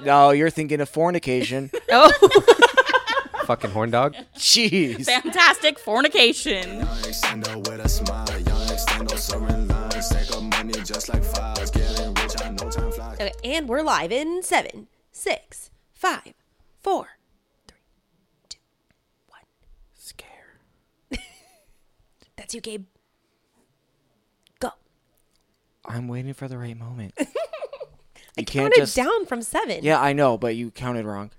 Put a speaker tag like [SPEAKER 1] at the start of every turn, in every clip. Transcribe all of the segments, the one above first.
[SPEAKER 1] No, you're thinking of fornication.
[SPEAKER 2] Oh,
[SPEAKER 3] Fucking horn dog.
[SPEAKER 1] Jeez.
[SPEAKER 2] fantastic fornication.
[SPEAKER 4] extendo with a smile. Young extendo soaring lines. Take up money just like flies. Getting rich, I know time flies.
[SPEAKER 5] Okay, and we're live in seven, six, five, four.
[SPEAKER 3] Scare.
[SPEAKER 5] That's you, Gabe. Go.
[SPEAKER 1] I'm waiting for the right moment. You
[SPEAKER 5] Count
[SPEAKER 1] can't
[SPEAKER 5] it
[SPEAKER 1] just.
[SPEAKER 5] down from seven.
[SPEAKER 1] Yeah, I know, but you counted wrong.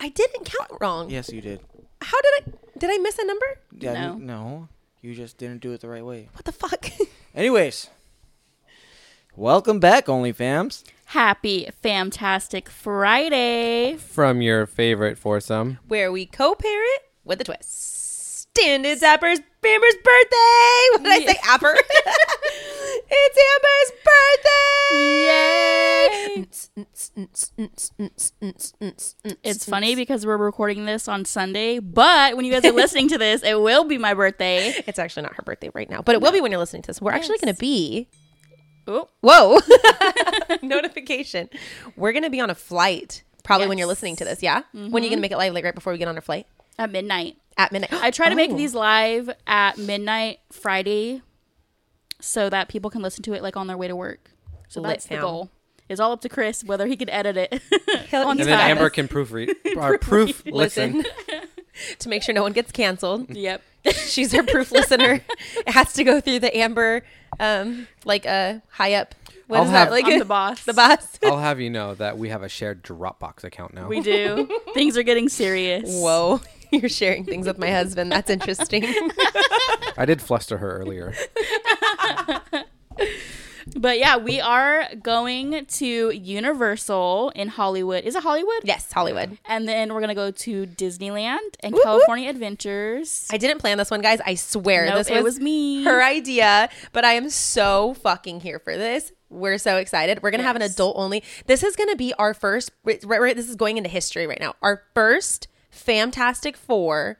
[SPEAKER 5] I didn't count wrong.
[SPEAKER 1] Yes, you did.
[SPEAKER 5] How did I? Did I miss a number?
[SPEAKER 1] Yeah,
[SPEAKER 2] No.
[SPEAKER 1] n- no, you just didn't do it the right way.
[SPEAKER 5] What the fuck?
[SPEAKER 1] Anyways, welcome back, OnlyFams.
[SPEAKER 2] Happy Fantastic Friday.
[SPEAKER 3] From your favorite foursome.
[SPEAKER 5] Where we co-parent with a twist. And it's Amber's, Amber's birthday. What did I say? Amber. it's Amber's birthday.
[SPEAKER 2] Yay!
[SPEAKER 5] It's
[SPEAKER 2] It's funny because we're recording this on Sunday, but when you guys are listening to this, it will be my birthday.
[SPEAKER 5] it's actually not her birthday right now, but it will be when you're listening to this. We're actually going to be
[SPEAKER 2] Oh,
[SPEAKER 5] whoa notification. We're going to be on a flight probably when you're
[SPEAKER 2] Yes.
[SPEAKER 5] listening to this. Yeah, when are you going to make it live? Like right before we get on our flight
[SPEAKER 2] at midnight.
[SPEAKER 5] at midnight.
[SPEAKER 2] I try to make
[SPEAKER 5] Oh.
[SPEAKER 2] these live at midnight Friday so that people can listen to it like on their way to work. So
[SPEAKER 5] Lit
[SPEAKER 2] that's the
[SPEAKER 5] fam.
[SPEAKER 2] goal. It's all up to Chris whether he can edit it.
[SPEAKER 5] Hell,
[SPEAKER 2] on
[SPEAKER 5] he
[SPEAKER 3] And then
[SPEAKER 2] time.
[SPEAKER 3] Amber can proofread or proof listen.
[SPEAKER 5] to make sure no one gets canceled.
[SPEAKER 2] Yep.
[SPEAKER 5] She's her proof listener. It has to go through the amber, um, like a high up. What is
[SPEAKER 3] I'll have-
[SPEAKER 5] that? Like
[SPEAKER 2] I'm the boss.
[SPEAKER 5] The boss.
[SPEAKER 3] I'll have you know that we have a shared Dropbox account now.
[SPEAKER 2] We do. Things are getting serious.
[SPEAKER 5] Whoa, you're sharing things with my husband. That's interesting.
[SPEAKER 3] I did fluster her earlier.
[SPEAKER 2] But yeah, we are going to Universal in Hollywood. Is it Hollywood?
[SPEAKER 5] yes, Hollywood.
[SPEAKER 2] And then we're gonna go to Disneyland and
[SPEAKER 5] Whoop, whoop.
[SPEAKER 2] California Adventures.
[SPEAKER 5] I didn't plan this one, guys. I swear
[SPEAKER 2] Nope,
[SPEAKER 5] this
[SPEAKER 2] it
[SPEAKER 5] was,
[SPEAKER 2] was me.
[SPEAKER 5] her idea, but I am so fucking here for this. We're so excited. We're gonna have an
[SPEAKER 2] Yes.
[SPEAKER 5] adult only. This is gonna be our first. Right, right, this is going into history right now. Our first Fantastic Four.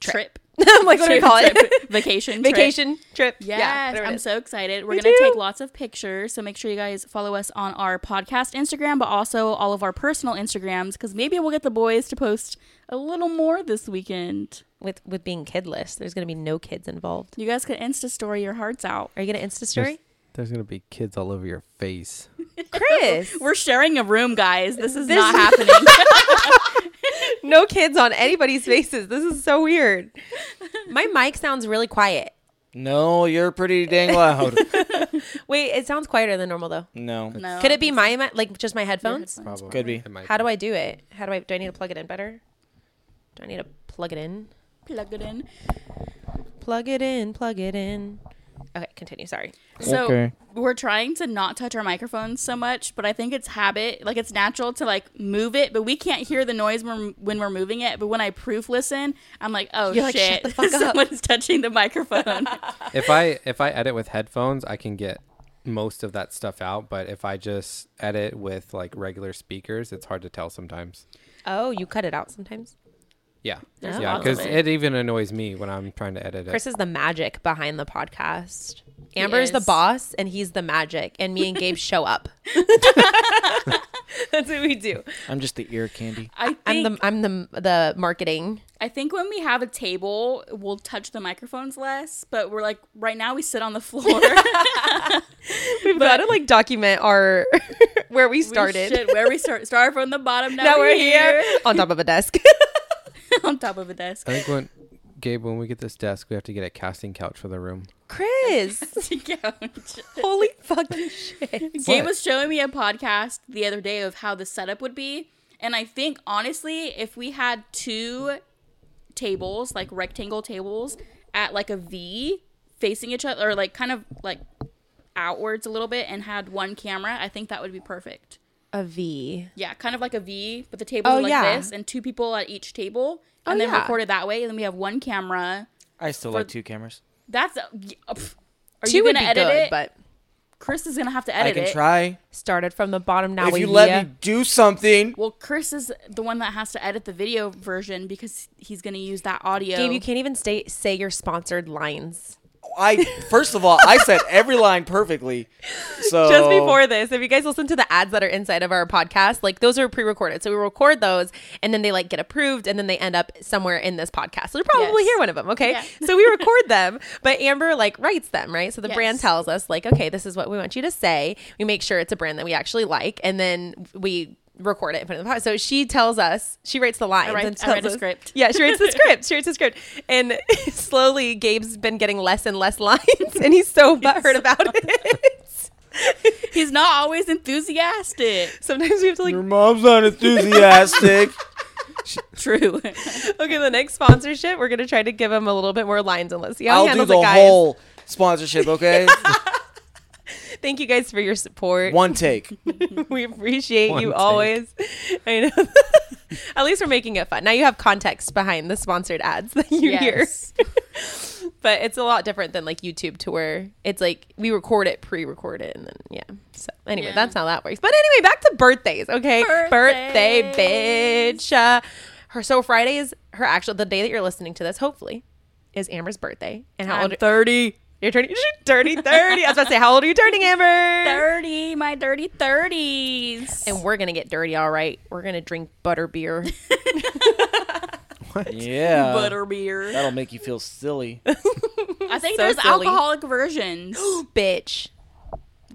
[SPEAKER 2] trip.
[SPEAKER 5] I'm like, what do we call it?
[SPEAKER 2] Trip. Vacation. trip.
[SPEAKER 5] Vacation trip.
[SPEAKER 2] Yes,
[SPEAKER 5] whatever it
[SPEAKER 2] I'm
[SPEAKER 5] is.
[SPEAKER 2] so excited. We're
[SPEAKER 5] Me
[SPEAKER 2] gonna
[SPEAKER 5] too.
[SPEAKER 2] take lots of pictures, so make sure you guys follow us on our podcast Instagram, but also all of our personal Instagrams, because maybe we'll get the boys to post a little more this weekend.
[SPEAKER 5] with with being kidless. There's gonna be no kids involved.
[SPEAKER 2] You guys could Insta story your hearts out.
[SPEAKER 5] Are you gonna Insta story,
[SPEAKER 3] There's gonna be kids all over your face.
[SPEAKER 5] Chris?
[SPEAKER 2] We're sharing a room, guys. This is
[SPEAKER 5] This-
[SPEAKER 2] not happening.
[SPEAKER 5] no kids on anybody's faces. This is so weird. My mic sounds really quiet.
[SPEAKER 1] No, you're pretty dang loud.
[SPEAKER 5] Wait, it sounds quieter than normal though.
[SPEAKER 1] no,
[SPEAKER 2] no.
[SPEAKER 5] Could it be my mi- like just my Oh, headphones?
[SPEAKER 3] Probably.
[SPEAKER 1] Could be.
[SPEAKER 3] It might
[SPEAKER 5] How do I do it? How do I do I need to plug it in better? Do I need to plug it in?
[SPEAKER 2] plug it in?
[SPEAKER 5] Plug it in, plug it in. Okay, continue. Sorry.
[SPEAKER 2] So
[SPEAKER 1] Okay.
[SPEAKER 2] we're trying to not touch our microphones so much, but I think it's habit. Like it's natural to like move it, but we can't hear the noise when, when we're moving it. But when I proof listen, I'm like, oh
[SPEAKER 5] You're like,
[SPEAKER 2] shit,
[SPEAKER 5] "Shut the fuck up."
[SPEAKER 2] someone's touching the microphone.
[SPEAKER 3] if I if I edit with headphones, I can get most of that stuff out. But if I just edit with like regular speakers, it's hard to tell sometimes.
[SPEAKER 5] Oh, you cut it out sometimes.
[SPEAKER 3] Yeah,
[SPEAKER 5] There's
[SPEAKER 3] yeah,
[SPEAKER 2] lots of
[SPEAKER 3] because
[SPEAKER 2] it.
[SPEAKER 3] it. even annoys me when I'm trying to edit it.
[SPEAKER 5] Chris is the magic behind the podcast. Amber's the
[SPEAKER 2] is.
[SPEAKER 5] boss and he's the magic and me and Gabe show up. That's what we do.
[SPEAKER 1] I'm just the ear candy.
[SPEAKER 2] I think
[SPEAKER 5] I'm the I'm the the marketing.
[SPEAKER 2] I think when we have a table, we'll touch the microphones less. But we're like right now we sit on the floor.
[SPEAKER 5] We've got to like document our where we
[SPEAKER 2] We
[SPEAKER 5] started.
[SPEAKER 2] should- where we start started from the bottom. Now,
[SPEAKER 5] now we're here on top of a desk.
[SPEAKER 2] on top of a desk.
[SPEAKER 3] I think when Gabe, when we get this desk, we have to get a casting couch for the room.
[SPEAKER 5] Chris,
[SPEAKER 2] Couch.
[SPEAKER 5] holy fucking shit.
[SPEAKER 2] Gabe
[SPEAKER 3] What?
[SPEAKER 2] was showing me a podcast the other day of how the setup would be. And I think honestly, if we had two tables, like rectangle tables at like a V facing each other or like kind of like outwards a little bit and had one camera, I think that would be perfect.
[SPEAKER 5] A V.
[SPEAKER 2] Yeah, kind of like a V, but the tables
[SPEAKER 5] Oh,
[SPEAKER 2] are like
[SPEAKER 5] yeah.
[SPEAKER 2] this and two people at each table and
[SPEAKER 5] Oh,
[SPEAKER 2] then
[SPEAKER 5] yeah.
[SPEAKER 2] recorded that way and then we have one camera.
[SPEAKER 1] I still like two cameras.
[SPEAKER 2] That's uh, y- pff. are
[SPEAKER 5] Two
[SPEAKER 2] you
[SPEAKER 5] would
[SPEAKER 2] going
[SPEAKER 5] be
[SPEAKER 2] to edit
[SPEAKER 5] good,
[SPEAKER 2] it?
[SPEAKER 5] but
[SPEAKER 2] Chris is going to have to
[SPEAKER 1] I
[SPEAKER 2] edit
[SPEAKER 1] can
[SPEAKER 2] it.
[SPEAKER 1] try
[SPEAKER 5] started from the bottom. Now
[SPEAKER 1] if
[SPEAKER 5] we
[SPEAKER 1] you let me do something.
[SPEAKER 2] Well, Chris is the one that has to edit the video version because he's going to use that audio.
[SPEAKER 5] Gabe, you can't even stay say your sponsored lines.
[SPEAKER 6] I first of all, I said every line perfectly. So
[SPEAKER 5] just before this, if you guys listen to the ads that are inside of our podcast, like those are pre-recorded. So we record those and then they like get approved and then they end up somewhere in this podcast. So you'll probably
[SPEAKER 2] Yes.
[SPEAKER 5] hear one of them, okay?
[SPEAKER 2] Yeah.
[SPEAKER 5] So we record them, but Amber like writes them, right? So the brand
[SPEAKER 2] Yes.
[SPEAKER 5] tells us like, okay, this is what we want you to say. We make sure it's a brand that we actually like and then we record it and put it in the podcast. So she tells us, she writes the lines
[SPEAKER 2] write-
[SPEAKER 5] and
[SPEAKER 2] I
[SPEAKER 5] tells
[SPEAKER 2] write a
[SPEAKER 5] us-
[SPEAKER 2] script.
[SPEAKER 5] Yeah, she writes the script. She writes the script. And slowly Gabe's been getting less and less lines and he's so butthurt about it.
[SPEAKER 2] He's not always enthusiastic.
[SPEAKER 5] Sometimes we have to like
[SPEAKER 6] your mom's not enthusiastic.
[SPEAKER 2] True.
[SPEAKER 5] okay, the next sponsorship, we're gonna try to give him a little bit more lines and let's see
[SPEAKER 6] I'll
[SPEAKER 5] how he
[SPEAKER 6] do
[SPEAKER 5] handles
[SPEAKER 6] the
[SPEAKER 5] it, guys.
[SPEAKER 6] whole sponsorship, okay?
[SPEAKER 5] Thank you guys for your support.
[SPEAKER 6] One take.
[SPEAKER 5] we appreciate
[SPEAKER 3] One
[SPEAKER 5] you
[SPEAKER 3] take.
[SPEAKER 5] always. I know. At least we're making it fun. Now you have context behind the sponsored ads that you
[SPEAKER 2] Yes.
[SPEAKER 5] hear. but it's a lot different than like YouTube to where it's like we record it, pre-record it, and then yeah. So anyway,
[SPEAKER 2] Yeah.
[SPEAKER 5] that's how that works. But anyway, back to birthdays, okay? Birthday,
[SPEAKER 2] Birthdays.
[SPEAKER 5] bitch. Uh, her so Friday is her actual the day that you're listening to this, hopefully, is Amber's birthday. And how
[SPEAKER 2] I'm
[SPEAKER 5] old thirty. You're turning you're turning thirty. I was about to say, how old are you turning, Amber?
[SPEAKER 2] Dirty, my dirty thirties.
[SPEAKER 5] and we're gonna get dirty all right we're gonna drink butter beer
[SPEAKER 6] Yeah.
[SPEAKER 2] Butterbeer.
[SPEAKER 6] That'll make you feel silly.
[SPEAKER 2] I think
[SPEAKER 5] So
[SPEAKER 2] there's
[SPEAKER 5] silly.
[SPEAKER 2] alcoholic versions.
[SPEAKER 5] bitch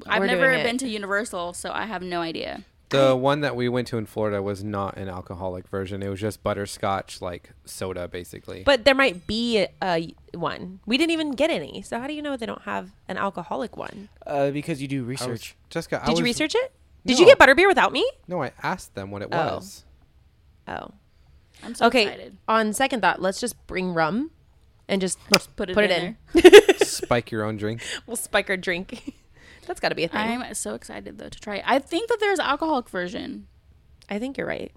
[SPEAKER 2] I've
[SPEAKER 5] We're
[SPEAKER 2] never
[SPEAKER 5] doing it.
[SPEAKER 2] been to Universal, so I have no idea.
[SPEAKER 5] Oh.
[SPEAKER 3] The one that we went to in Florida was not an alcoholic version. It was just butterscotch, like soda, basically.
[SPEAKER 5] but there might be a, a one we didn't even get any so how do you know they don't have an alcoholic one
[SPEAKER 6] Uh, because you do
[SPEAKER 3] I was-
[SPEAKER 6] research.
[SPEAKER 3] Jessica, I
[SPEAKER 5] did you
[SPEAKER 3] was-
[SPEAKER 5] research it did
[SPEAKER 3] No.
[SPEAKER 5] you get butter beer without me
[SPEAKER 3] No, I asked them what it
[SPEAKER 5] Oh.
[SPEAKER 3] was.
[SPEAKER 5] oh
[SPEAKER 2] I'm so
[SPEAKER 5] okay
[SPEAKER 2] excited.
[SPEAKER 5] on second thought let's just bring rum and just
[SPEAKER 2] Put it
[SPEAKER 5] put
[SPEAKER 2] in.
[SPEAKER 5] it in,
[SPEAKER 2] there.
[SPEAKER 3] Spike your own drink.
[SPEAKER 5] we'll spike our drink that's got to be a thing
[SPEAKER 2] I'm so excited though to try it. I think that there's alcoholic version.
[SPEAKER 5] i think you're right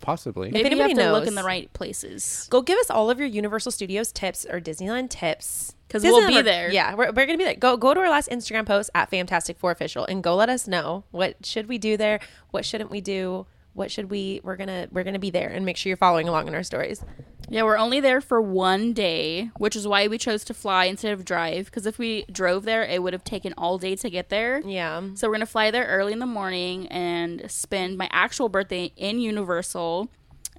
[SPEAKER 3] Possibly.
[SPEAKER 2] Maybe you
[SPEAKER 5] anybody
[SPEAKER 2] have to look
[SPEAKER 5] knows-
[SPEAKER 2] in the right places.
[SPEAKER 5] go give us all of your Universal Studios tips or Disneyland tips
[SPEAKER 2] 'Cause we'll
[SPEAKER 5] Disneyland-
[SPEAKER 2] be there.
[SPEAKER 5] Yeah, we're, we're gonna be there. Go go to our last Instagram post at Fantastic Four Official and go let us know what should we do there, what shouldn't we do, what should we we're gonna we're gonna be there and make sure you're following along in our stories.
[SPEAKER 2] Yeah, we're only there for one day, which is why we chose to fly instead of drive. Because if we drove there, it would have taken all day to get there.
[SPEAKER 5] Yeah,
[SPEAKER 2] So we're gonna fly there early in the morning and spend my actual birthday in Universal.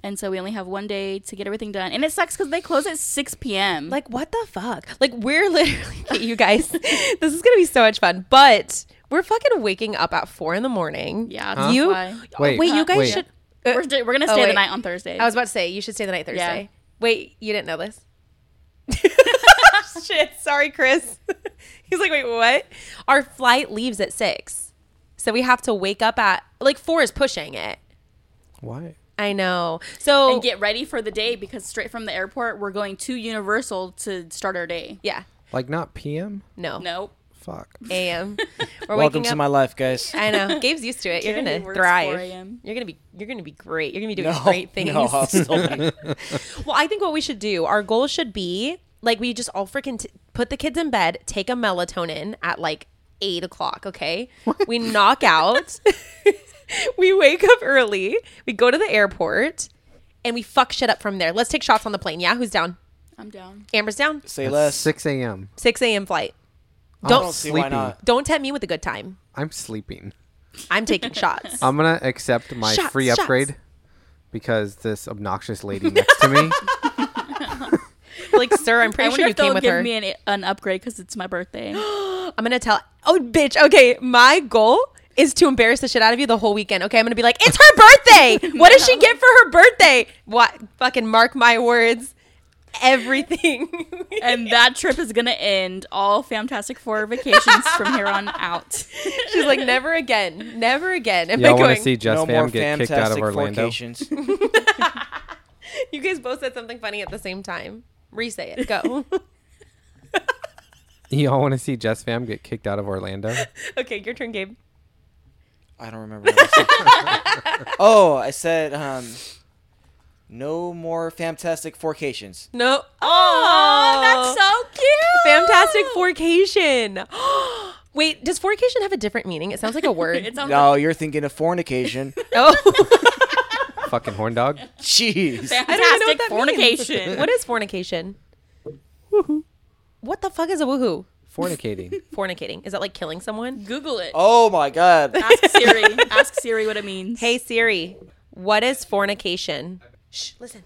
[SPEAKER 2] And so we only have one day to get everything done. And it sucks because they close at 6 p.m.
[SPEAKER 5] like what the fuck? Like we're literally okay, you guys. this is gonna be so much fun, but we're fucking waking up at four in the morning.
[SPEAKER 2] Yeah, that's
[SPEAKER 5] you
[SPEAKER 2] why.
[SPEAKER 5] wait,
[SPEAKER 3] Wait,
[SPEAKER 5] you guys
[SPEAKER 3] wait.
[SPEAKER 5] should.
[SPEAKER 2] we're, j- we're gonna
[SPEAKER 5] Oh,
[SPEAKER 2] stay
[SPEAKER 5] wait.
[SPEAKER 2] the night on Thursday.
[SPEAKER 5] I was about to say you should stay the night Thursday. Wait, you didn't know this? Shit, sorry, Chris. He's like, wait, what? Our flight leaves at six, so we have to wake up at like four is pushing it.
[SPEAKER 3] Why?
[SPEAKER 5] I know. So
[SPEAKER 2] and get ready for the day because straight from the airport we're going to Universal to start our day.
[SPEAKER 5] yeah,
[SPEAKER 3] Like not PM?
[SPEAKER 5] no,
[SPEAKER 2] Nope.
[SPEAKER 3] Fuck.
[SPEAKER 5] a.m. We're
[SPEAKER 6] Welcome
[SPEAKER 5] waking
[SPEAKER 6] to
[SPEAKER 5] up.
[SPEAKER 6] my life, guys.
[SPEAKER 5] I know. Gabe's used to it. You're
[SPEAKER 2] Jeremy
[SPEAKER 5] gonna
[SPEAKER 2] works 4
[SPEAKER 5] thrive.
[SPEAKER 2] a.m..
[SPEAKER 5] You're gonna be. You're gonna be great. You're gonna be doing
[SPEAKER 6] No,
[SPEAKER 5] great things.
[SPEAKER 6] no, I'll still be-
[SPEAKER 5] Well, I think what we should do, our goal should be like we just all freaking t- put the kids in bed, take a melatonin at like eight o'clock, okay? We knock out, we wake up early, we go to the airport, and we fuck shit up from there. Let's take shots on the plane. Yeah, who's down?
[SPEAKER 2] I'm down.
[SPEAKER 5] Amber's down.
[SPEAKER 6] say
[SPEAKER 3] It's
[SPEAKER 6] less.
[SPEAKER 3] 6 a.m.
[SPEAKER 5] 6 a.m. flight.
[SPEAKER 3] I'm
[SPEAKER 5] Don't
[SPEAKER 6] I don't see why
[SPEAKER 3] sleeping.
[SPEAKER 6] not.
[SPEAKER 5] Don't tempt me with a good time.
[SPEAKER 3] I'm sleeping.
[SPEAKER 5] I'm taking shots.
[SPEAKER 2] Uh,
[SPEAKER 3] I'm gonna accept my
[SPEAKER 5] Shots,
[SPEAKER 3] free
[SPEAKER 5] shots.
[SPEAKER 3] upgrade because this obnoxious lady next to me.
[SPEAKER 5] like, sir, I'm
[SPEAKER 2] I
[SPEAKER 5] pretty
[SPEAKER 2] wonder
[SPEAKER 5] sure you
[SPEAKER 2] if they'll
[SPEAKER 5] came
[SPEAKER 2] give
[SPEAKER 5] with her.
[SPEAKER 2] me an, an upgrade because it's my birthday.
[SPEAKER 5] I'm gonna tell. Oh, bitch. Okay, my goal is to embarrass the shit out of you the whole weekend. Okay, I'm gonna be like, it's her birthday. What does she get for her birthday? What? Fucking mark my words. Everything.
[SPEAKER 2] and that trip is gonna end all Fantastic Four vacations from here on out.
[SPEAKER 5] She's like, never again. Never again. Am I
[SPEAKER 3] Y'all want
[SPEAKER 5] going?
[SPEAKER 3] to see Just
[SPEAKER 6] no more
[SPEAKER 3] Fam get kicked out of
[SPEAKER 6] fantastic
[SPEAKER 3] Orlando?
[SPEAKER 6] fornications.
[SPEAKER 5] You guys both said something funny at the same time. Resay it. Go.
[SPEAKER 3] Y'all want to see Just Fam get kicked out of Orlando?
[SPEAKER 5] okay, your turn, Gabe.
[SPEAKER 6] I don't remember. What I said. oh, I said um, no more fantastic forcations.
[SPEAKER 5] No. Oh,
[SPEAKER 2] so cute.
[SPEAKER 5] fantastic. Forcation. Wait, does forcation have a different meaning? It sounds like a word.
[SPEAKER 2] It sounds
[SPEAKER 6] No, you're thinking of fornication.
[SPEAKER 5] oh.
[SPEAKER 3] Fucking horn dog.
[SPEAKER 6] Jeez.
[SPEAKER 2] like
[SPEAKER 5] I don't even know
[SPEAKER 2] fantastic
[SPEAKER 5] what that means.
[SPEAKER 2] fornication.
[SPEAKER 5] what is fornication? What the fuck is a woohoo?
[SPEAKER 3] Fornicating.
[SPEAKER 5] Fornicating. Is that like killing someone?
[SPEAKER 2] Google it.
[SPEAKER 6] Oh my god.
[SPEAKER 2] Ask Siri. Ask Siri what it means.
[SPEAKER 5] Hey Siri, what is fornication? Shh, listen.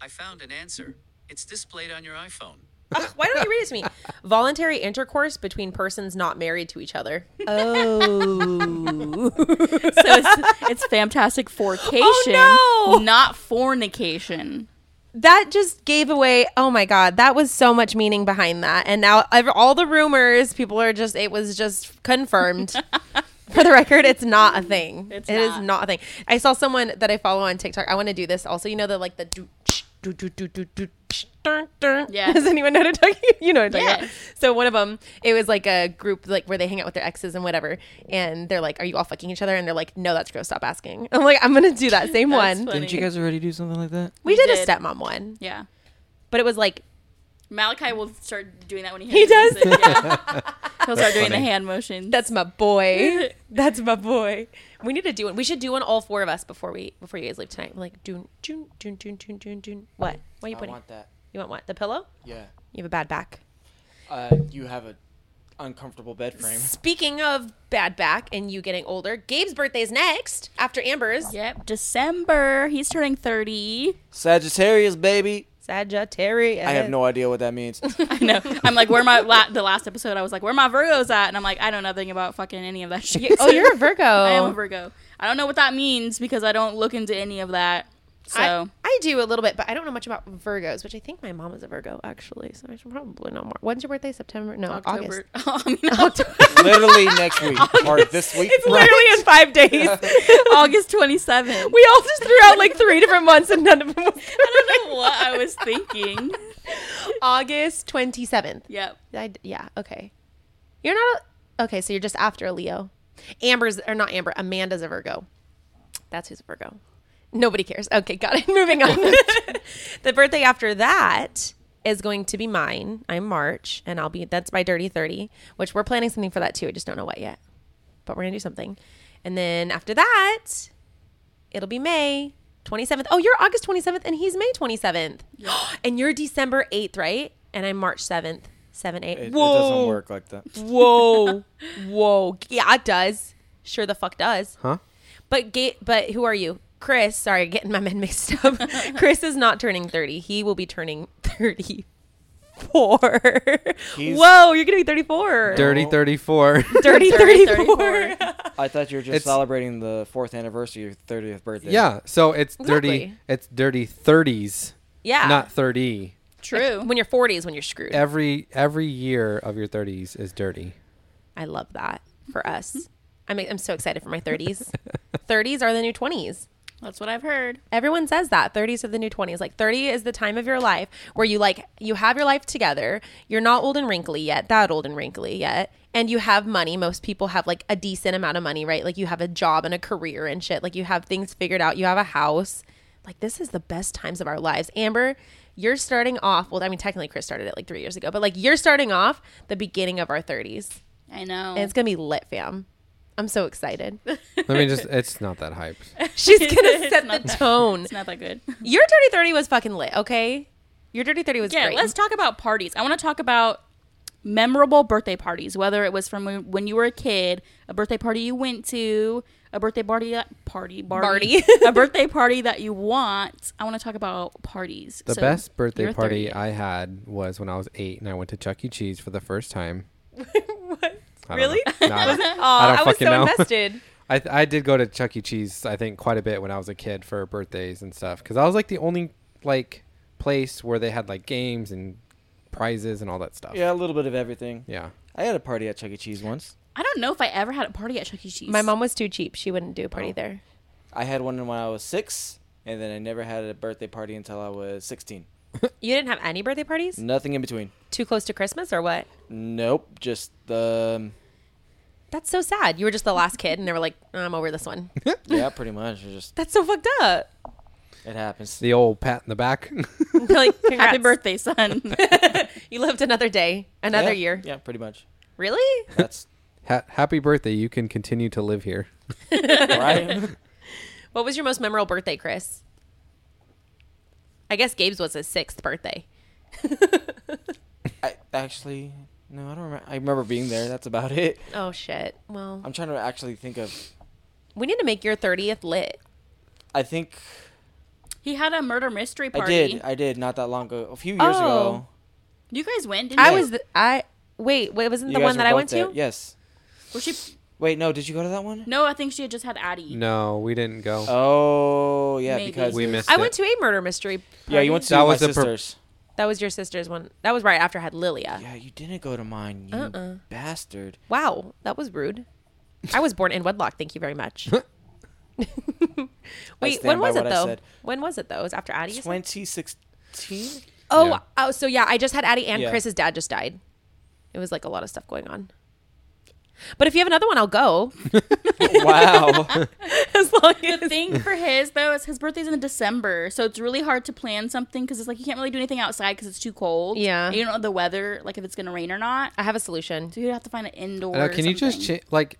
[SPEAKER 7] I found an answer. It's displayed on your iPhone.
[SPEAKER 5] Ugh, why don't you read it to me? Voluntary intercourse between persons not married to each other. Oh.
[SPEAKER 2] So it's, it's fantastic forcation,
[SPEAKER 5] Oh, no!
[SPEAKER 2] not fornication.
[SPEAKER 5] that just gave away. Oh my god, that was so much meaning behind that. And now ev- all the rumors, people are just it was just confirmed. For the record, it's not a thing.
[SPEAKER 2] It's
[SPEAKER 5] It is
[SPEAKER 2] not.
[SPEAKER 5] not a thing. I saw someone that I follow on TikTok. I want to do this also. You know the like the do do do do do do. Dun, dun.
[SPEAKER 2] Yeah.
[SPEAKER 5] Does anyone know what I'm talking? You know what I'm talking about.
[SPEAKER 2] Yes.
[SPEAKER 5] So one of them, it was like a group like where they hang out with their exes and whatever, and they're like, "Are you all fucking each other?" And they're like, "No, that's gross. Stop asking." I'm like, "I'm gonna do that same
[SPEAKER 2] That's
[SPEAKER 5] one."
[SPEAKER 2] funny.
[SPEAKER 6] Didn't you guys already do something like that?
[SPEAKER 5] We, did,
[SPEAKER 2] did.
[SPEAKER 5] a stepmom one,
[SPEAKER 2] Yeah.
[SPEAKER 5] but it was like
[SPEAKER 2] Malachi will start doing that when he
[SPEAKER 5] He
[SPEAKER 2] hears
[SPEAKER 5] does.
[SPEAKER 2] It. Yeah. He'll start doing the
[SPEAKER 3] funny.
[SPEAKER 2] hand motion.
[SPEAKER 5] That's my boy. That's my boy. We need to do one. We should do one all four of us before we before you guys leave tonight. Like June, June, June, June, June, June, June. What? What are you
[SPEAKER 6] I
[SPEAKER 5] putting?
[SPEAKER 6] want that.
[SPEAKER 5] you want what? The pillow?
[SPEAKER 6] Yeah.
[SPEAKER 5] You have a bad back.
[SPEAKER 6] Uh, you have a uncomfortable bed frame.
[SPEAKER 5] Speaking of bad back and you getting older, Gabe's birthday is next after Amber's.
[SPEAKER 2] Yep. December. He's turning 30.
[SPEAKER 6] Sagittarius, baby.
[SPEAKER 5] Sagittarius.
[SPEAKER 6] I have no idea what that means.
[SPEAKER 2] I know. I'm like, where my la- the last episode? I was like, where my Virgos at? And I'm like, I don't know nothing about fucking any of that shit.
[SPEAKER 5] Oh, you're a Virgo.
[SPEAKER 2] I am a Virgo. I don't know what that means because I don't look into any of that. So
[SPEAKER 5] I, I do a little bit, but I don't know much about Virgos, which I think my mom is a Virgo actually, so I should probably know more. When's your birthday? September? No, August.
[SPEAKER 2] October. I mean,
[SPEAKER 6] Literally next week or this week.
[SPEAKER 5] It's literally in five days.
[SPEAKER 2] August 27th.
[SPEAKER 5] We all just threw out like three different months and none of them was
[SPEAKER 2] I don't know what I was thinking.
[SPEAKER 5] August 27th.
[SPEAKER 2] Yep.
[SPEAKER 5] I d yeah, okay. You're not a, okay, so you're just after a Leo. Amber's or not Amber, Amanda's a Virgo. That's who's a Virgo. Nobody cares. Okay, got it. Moving on. the birthday after that is going to be mine. I'm March and I'll be that's my dirty 30, which we're planning something for that too. I just don't know what yet. But we're going to do something. And then after that, it'll be May 27th. Oh, you're August 27th and he's May 27th. and you're December 8th, right? And I'm March 7th. 7 8.
[SPEAKER 6] It, it doesn't work like that.
[SPEAKER 5] Whoa. Whoa. Yeah, it does. Sure the fuck does.
[SPEAKER 3] Huh?
[SPEAKER 5] But ga- but who are you? Chris, sorry, getting my men mixed up. Chris is not turning 30. He will be turning 34.
[SPEAKER 6] He's-
[SPEAKER 5] Whoa, you're going to be 34.
[SPEAKER 3] Dirty 34.
[SPEAKER 5] Dirty
[SPEAKER 2] 30,
[SPEAKER 5] 34.
[SPEAKER 6] I thought you were just
[SPEAKER 3] It's-
[SPEAKER 6] celebrating the fourth anniversary of your 30th birthday.
[SPEAKER 3] yeah. So it's dirty.
[SPEAKER 5] Exactly.
[SPEAKER 3] It's dirty 30s,
[SPEAKER 5] yeah.
[SPEAKER 3] not 30.
[SPEAKER 2] True.
[SPEAKER 5] when you're 40 is when you're screwed.
[SPEAKER 3] Every every year of your 30s is dirty.
[SPEAKER 5] I love that for us. I'm, I'm so excited for my 30s. 30s are the new 20s.
[SPEAKER 2] That's what I've heard.
[SPEAKER 5] Everyone says that 30s are the new 20s. Like 30 is the time of your life where you like you have your life together. You're not old and wrinkly yet, that old and wrinkly yet, and you have money. Most people have like a decent amount of money, right? Like you have a job and a career and shit. Like you have things figured out. You have a house. Like this is the best times of our lives. Amber, you're starting off. Well, I mean technically Chris started it like 3 years ago, but like you're starting off the beginning of our 30s.
[SPEAKER 2] I know.
[SPEAKER 5] And it's going to be lit, fam. I'm so excited.
[SPEAKER 3] Let me just it's not that hyped.
[SPEAKER 5] She's going to
[SPEAKER 2] It's
[SPEAKER 5] set the
[SPEAKER 2] not that-
[SPEAKER 5] tone.
[SPEAKER 2] it's not that good.
[SPEAKER 5] Your Dirty 30 was fucking lit, okay? Your Dirty 30 was
[SPEAKER 2] Yeah,
[SPEAKER 5] great.
[SPEAKER 2] let's talk about parties. I want to talk about memorable birthday parties, whether it was from when- when you were a kid, a birthday party you went to, a birthday party that party party,
[SPEAKER 5] Barty.
[SPEAKER 2] a birthday party that you want. I want to talk about parties.
[SPEAKER 3] The
[SPEAKER 2] So,
[SPEAKER 3] best birthday
[SPEAKER 2] your
[SPEAKER 3] party uh,
[SPEAKER 2] 30th.
[SPEAKER 3] I had was when I was 8 and I went to Chuck E. Cheese for the first time. what?
[SPEAKER 5] Really?
[SPEAKER 3] I,
[SPEAKER 5] Aw,
[SPEAKER 3] don't
[SPEAKER 5] was
[SPEAKER 3] fucking
[SPEAKER 5] so
[SPEAKER 3] know.
[SPEAKER 5] invested.
[SPEAKER 3] I, I did go to Chuck E. Cheese, I think, quite a bit when I was a kid for birthdays and stuff. Because I was like the only like place where they had like games and prizes and all that stuff.
[SPEAKER 6] Yeah, a little bit of everything.
[SPEAKER 3] Yeah.
[SPEAKER 6] I had a party at Chuck E. Cheese once.
[SPEAKER 2] I don't know if I ever had a party at Chuck E. Cheese.
[SPEAKER 5] My mom was too cheap. She wouldn't do a
[SPEAKER 6] Oh.
[SPEAKER 5] party there.
[SPEAKER 6] I had one when I was six, and then I never had a birthday party until I was 16.
[SPEAKER 5] You didn't have any birthday parties?
[SPEAKER 6] Nothing in between.
[SPEAKER 5] Too close to Christmas or what?
[SPEAKER 6] Nope, just um, the.
[SPEAKER 5] That's so sad. You were just the last kid and they were like, I'm over this one.
[SPEAKER 6] yeah, pretty much. It just
[SPEAKER 5] That's so fucked up.
[SPEAKER 6] it happens.
[SPEAKER 3] The old pat in the back.
[SPEAKER 5] They're like,
[SPEAKER 2] Happy
[SPEAKER 5] Happy
[SPEAKER 2] birthday,
[SPEAKER 5] birthday.
[SPEAKER 2] son.
[SPEAKER 5] You lived another day, another
[SPEAKER 6] Yeah,
[SPEAKER 5] year.
[SPEAKER 6] Yeah, pretty much.
[SPEAKER 5] Really?
[SPEAKER 6] That's
[SPEAKER 3] ha- happy birthday. You can continue to live here.
[SPEAKER 6] right.
[SPEAKER 5] What was your most memorable birthday, Chris? I guess Gabe's was his sixth birthday.
[SPEAKER 6] I, actually, no, I don't remember. I remember being there. That's about it.
[SPEAKER 5] Oh shit. Well,
[SPEAKER 6] I'm trying to actually think of.
[SPEAKER 5] we need to make your 30th lit.
[SPEAKER 6] I think
[SPEAKER 2] He had a murder mystery
[SPEAKER 6] I
[SPEAKER 2] party.
[SPEAKER 6] did. I did not that long ago. A few years
[SPEAKER 5] Oh,
[SPEAKER 6] ago.
[SPEAKER 2] you guys went. Didn't
[SPEAKER 5] I
[SPEAKER 2] you?
[SPEAKER 5] was the, I wait, wait, wasn't
[SPEAKER 6] you
[SPEAKER 5] the
[SPEAKER 6] guys
[SPEAKER 5] one
[SPEAKER 6] were
[SPEAKER 5] that I
[SPEAKER 6] both
[SPEAKER 5] went
[SPEAKER 6] there.
[SPEAKER 5] to?
[SPEAKER 6] Yes.
[SPEAKER 2] Was she?
[SPEAKER 6] Wait, no. Did you go to that one?
[SPEAKER 2] No, I think she had just had Addie.
[SPEAKER 3] No, we didn't go.
[SPEAKER 2] Uh,
[SPEAKER 6] Oh yeah,
[SPEAKER 2] Maybe.
[SPEAKER 6] because
[SPEAKER 3] we
[SPEAKER 6] it was-
[SPEAKER 3] missed.
[SPEAKER 5] I
[SPEAKER 3] it.
[SPEAKER 5] went to a murder mystery.
[SPEAKER 6] Yeah, you
[SPEAKER 5] party.
[SPEAKER 6] went to
[SPEAKER 3] That
[SPEAKER 6] my
[SPEAKER 3] was a per-
[SPEAKER 6] sister's.
[SPEAKER 5] That was your sister's one. That was right after I had Lilia.
[SPEAKER 6] yeah, you didn't go to mine, you
[SPEAKER 5] Uh-uh.
[SPEAKER 6] bastard.
[SPEAKER 5] Wow, that was rude. I was born in wedlock. Thank you very much. Wait,
[SPEAKER 6] stand
[SPEAKER 5] when
[SPEAKER 6] by
[SPEAKER 5] was it
[SPEAKER 6] what I
[SPEAKER 5] though?
[SPEAKER 6] said.
[SPEAKER 5] When was it though? It was after Addie. you said?
[SPEAKER 6] 2016.
[SPEAKER 5] Oh,
[SPEAKER 3] Yeah.
[SPEAKER 5] oh, so yeah, I just had Addie and
[SPEAKER 6] Yeah.
[SPEAKER 5] Chris's dad just died. It was like a lot of stuff going on. But if you have another one, I'll go.
[SPEAKER 6] wow.
[SPEAKER 5] as long
[SPEAKER 2] The thing for his though is his birthday's in December, so it's really hard to plan something because it's like you can't really do anything outside because it's too cold.
[SPEAKER 5] Yeah.
[SPEAKER 2] and you don't know the weather, like if it's gonna rain or not.
[SPEAKER 5] I have a solution.
[SPEAKER 2] So you'd have to find an indoor.
[SPEAKER 3] I know, Uh, can you just
[SPEAKER 2] something.
[SPEAKER 3] cha- like?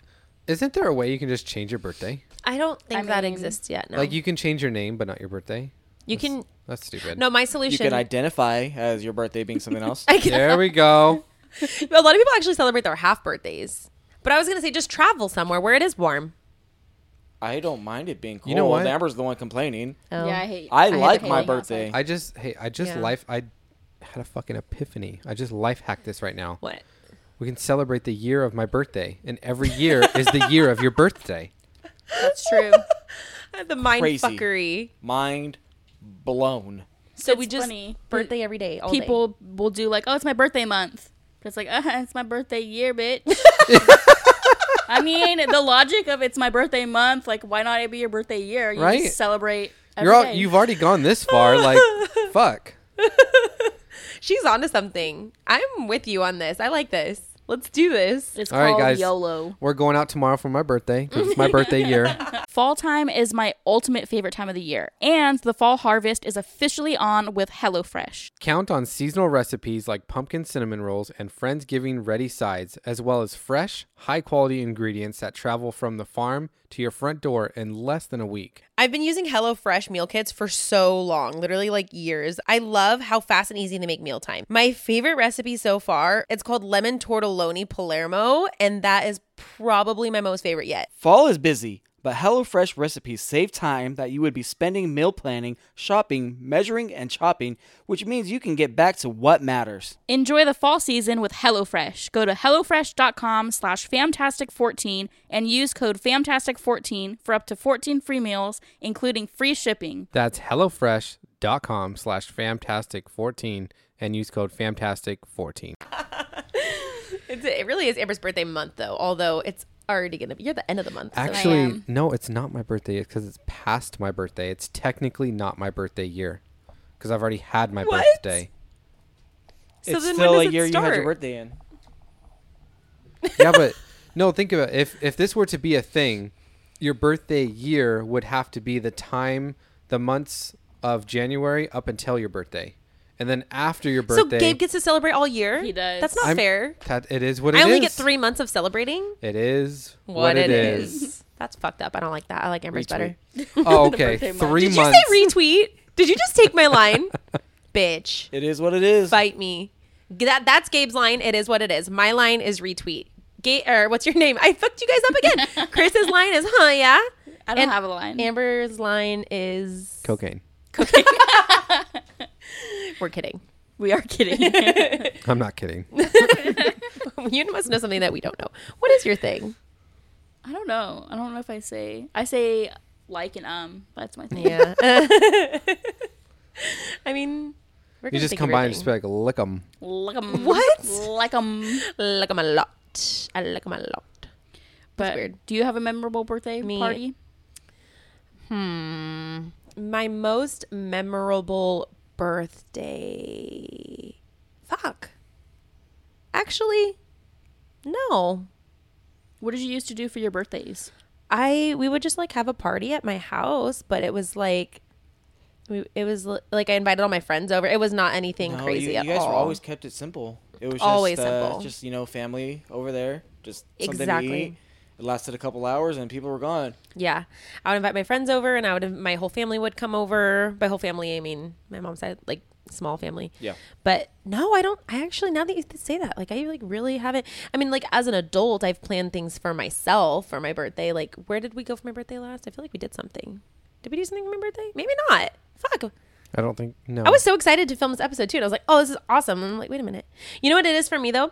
[SPEAKER 3] Isn't there a way you can just change your birthday?
[SPEAKER 5] I don't think
[SPEAKER 2] I
[SPEAKER 5] that
[SPEAKER 2] mean-
[SPEAKER 5] exists yet. No,
[SPEAKER 3] Like
[SPEAKER 5] you,
[SPEAKER 3] you can change your name, but not your birthday.
[SPEAKER 5] can.
[SPEAKER 3] That's stupid.
[SPEAKER 5] No, my
[SPEAKER 6] you
[SPEAKER 5] solution.
[SPEAKER 6] can identify as your birthday being something else.
[SPEAKER 5] I can-
[SPEAKER 3] There we go.
[SPEAKER 5] a lot of people actually celebrate their half birthdays. But I was gonna say, just travel somewhere where it is warm.
[SPEAKER 6] I don't mind it being cold.
[SPEAKER 3] You know what?
[SPEAKER 6] Amber's the one complaining.
[SPEAKER 5] Oh.
[SPEAKER 2] Yeah, I hate.
[SPEAKER 6] I,
[SPEAKER 2] hate
[SPEAKER 6] like
[SPEAKER 2] the
[SPEAKER 6] my
[SPEAKER 2] cold
[SPEAKER 6] birthday.
[SPEAKER 3] I just hey, I just
[SPEAKER 5] Yeah.
[SPEAKER 3] life. I had a fucking epiphany. I just life hacked this right now.
[SPEAKER 5] What?
[SPEAKER 3] We can celebrate the year of my birthday, and every year is the year of your birthday.
[SPEAKER 2] outside. That's true.
[SPEAKER 5] Uh, The mind
[SPEAKER 6] Crazy.
[SPEAKER 5] fuckery.
[SPEAKER 6] Mind blown.
[SPEAKER 5] So
[SPEAKER 2] It's
[SPEAKER 5] we just
[SPEAKER 2] funny.
[SPEAKER 5] birthday every day. All people.
[SPEAKER 2] People will do like, oh, it's my birthday month. But it's like, uh, it's my birthday year, bitch. I mean, the logic of it's my birthday month. Like, why not it be your birthday year? You
[SPEAKER 3] Right.
[SPEAKER 2] just celebrate.
[SPEAKER 3] You're all,
[SPEAKER 2] every day.
[SPEAKER 3] you've already gone this far. Like fuck.
[SPEAKER 5] She's onto something. I'm with you on this. I like this. Let's do this.
[SPEAKER 2] It's
[SPEAKER 3] All right,
[SPEAKER 2] called
[SPEAKER 3] guys.
[SPEAKER 2] YOLO.
[SPEAKER 3] We're going out tomorrow for my birthday. 'cause It's my birthday year.
[SPEAKER 2] Fall time is my ultimate favorite time of the year, and the fall harvest is officially on with HelloFresh.
[SPEAKER 3] Count on seasonal recipes like pumpkin cinnamon rolls and Friendsgiving ready sides, as well as fresh, high quality ingredients that travel from the farm to your front door in less than a week.
[SPEAKER 5] I've been using HelloFresh meal kits for so long, literally like years. I love how fast and easy they make mealtime. My favorite recipe so far, it's called lemon tortelloni Palermo, and that is probably my most favorite yet.
[SPEAKER 6] Fall is busy, but HelloFresh recipes save time that you would be spending meal planning, shopping, measuring, and chopping, which means you can get back to what matters.
[SPEAKER 2] Enjoy the fall season with HelloFresh. Go to HelloFresh.com slash Fantastic14 and use code Fantastic14 for up to 14 free meals, including free shipping.
[SPEAKER 3] That's HelloFresh.com slash Fantastic14 and use code Fantastic14.
[SPEAKER 5] It's, it really is Amber's birthday month, though, although it's already gonna be, you're the end of the month. so-
[SPEAKER 3] Actually,
[SPEAKER 2] am.
[SPEAKER 3] no, it's not my birthday. It's because it's past my birthday. It's technically not my birthday year because I've already had my
[SPEAKER 5] What?
[SPEAKER 3] birthday.
[SPEAKER 5] So
[SPEAKER 6] it's
[SPEAKER 5] then
[SPEAKER 6] still
[SPEAKER 5] when does
[SPEAKER 6] a
[SPEAKER 5] it
[SPEAKER 6] year you had your
[SPEAKER 5] start?
[SPEAKER 6] birthday in.
[SPEAKER 3] yeah, but no, think about it. if if this were to be a thing, your birthday year would have to be the time, the months of January up until your birthday, and then after your
[SPEAKER 5] so
[SPEAKER 3] birthday.
[SPEAKER 5] Gabe gets to celebrate all year?
[SPEAKER 2] He does.
[SPEAKER 5] That's not
[SPEAKER 3] I'm-
[SPEAKER 5] fair.
[SPEAKER 3] That it is what it
[SPEAKER 5] I
[SPEAKER 3] is.
[SPEAKER 5] only get three months of celebrating.
[SPEAKER 3] It is what, it is.
[SPEAKER 5] That's fucked up. I don't like that. I like Amber's better.
[SPEAKER 3] Oh, okay, three
[SPEAKER 5] Did
[SPEAKER 3] months.
[SPEAKER 5] you say retweet? Did you just take my line? Bitch,
[SPEAKER 6] It is what it is.
[SPEAKER 5] bite me. That that's Gabe's line. It is what it is. My line is retweet. Gabe, or what's your name? I fucked you guys up again. Chris's line is, huh? Yeah.
[SPEAKER 2] I don't
[SPEAKER 5] And-
[SPEAKER 2] have a line.
[SPEAKER 5] Amber's line is,
[SPEAKER 3] Cocaine.
[SPEAKER 5] we're kidding.
[SPEAKER 2] we are kidding.
[SPEAKER 3] I'm not kidding.
[SPEAKER 5] You must know something that we don't know. What is your thing?
[SPEAKER 2] I don't know. I don't know if I say... I say like and um. That's my thing.
[SPEAKER 5] Yeah. I mean, we're
[SPEAKER 3] You
[SPEAKER 5] gonna
[SPEAKER 3] just
[SPEAKER 5] think
[SPEAKER 3] come
[SPEAKER 5] of
[SPEAKER 3] by
[SPEAKER 5] your
[SPEAKER 3] and just be like, lick 'em.
[SPEAKER 2] Like 'em.
[SPEAKER 5] What?
[SPEAKER 2] Like 'em.
[SPEAKER 5] thing. like them a lot. I like them a lot.
[SPEAKER 2] But
[SPEAKER 5] weird.
[SPEAKER 2] do you have a memorable birthday
[SPEAKER 5] Me-
[SPEAKER 2] party?
[SPEAKER 5] my most memorable birthday. Fuck. Actually, no.
[SPEAKER 2] What did you used to do for your birthdays?
[SPEAKER 5] I we would just like have a party at my house, but it was like we, it was li- like I invited all my friends over. It was not anything
[SPEAKER 6] No,
[SPEAKER 5] crazy
[SPEAKER 6] you,
[SPEAKER 5] at
[SPEAKER 6] you guys
[SPEAKER 5] all.
[SPEAKER 6] were always kept it simple. It was just,
[SPEAKER 5] Always
[SPEAKER 6] uh,
[SPEAKER 5] simple.
[SPEAKER 6] Just you know, family over there, just something to
[SPEAKER 5] Exactly.
[SPEAKER 6] eat. It lasted a couple hours and people were gone.
[SPEAKER 5] yeah. I would invite my friends over and I would my whole family would come over. By whole family, I mean my mom's side like small family.
[SPEAKER 3] Yeah.
[SPEAKER 5] But no, I don't. I actually now that you say that, like I like really haven't. I mean, like as an adult, I've planned things for myself for my birthday. Like, where did we go for my birthday last? I feel like we did something. Did we do something for my birthday? Maybe not. Fuck.
[SPEAKER 3] I don't think no.
[SPEAKER 5] I was so excited to film this episode too. And I was like, oh, this is awesome. And I'm like, wait a minute. You know what it is for me though?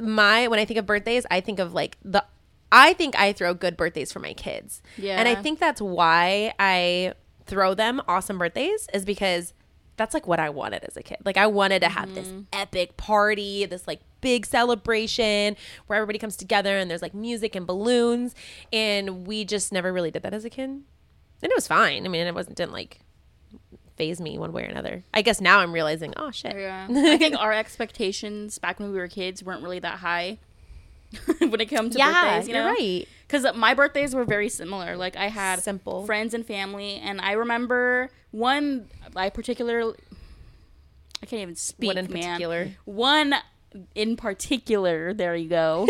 [SPEAKER 5] My when I think of birthdays, I think of like the I think I throw good birthdays for my kids.
[SPEAKER 2] Yeah.
[SPEAKER 5] And I think that's why I throw them awesome birthdays is because that's like what I wanted as a kid. Like I wanted to have this epic party, this like big celebration where everybody comes together and there's like music and balloons and we just never really did that as a kid. And it was fine. I mean, it wasn't didn't like phase me one way or another. I guess now I'm realizing, oh shit.
[SPEAKER 2] Yeah. I think our expectations back when we were kids weren't really that high when it comes to
[SPEAKER 5] yeah,
[SPEAKER 2] birthdays. You know?
[SPEAKER 5] you're right.
[SPEAKER 2] Because my birthdays were very similar. Like I had
[SPEAKER 5] Simple.
[SPEAKER 2] friends and family, and I remember one I particularly. I can't even speak,
[SPEAKER 5] in
[SPEAKER 2] man.
[SPEAKER 5] particular?
[SPEAKER 2] One in particular. There you go.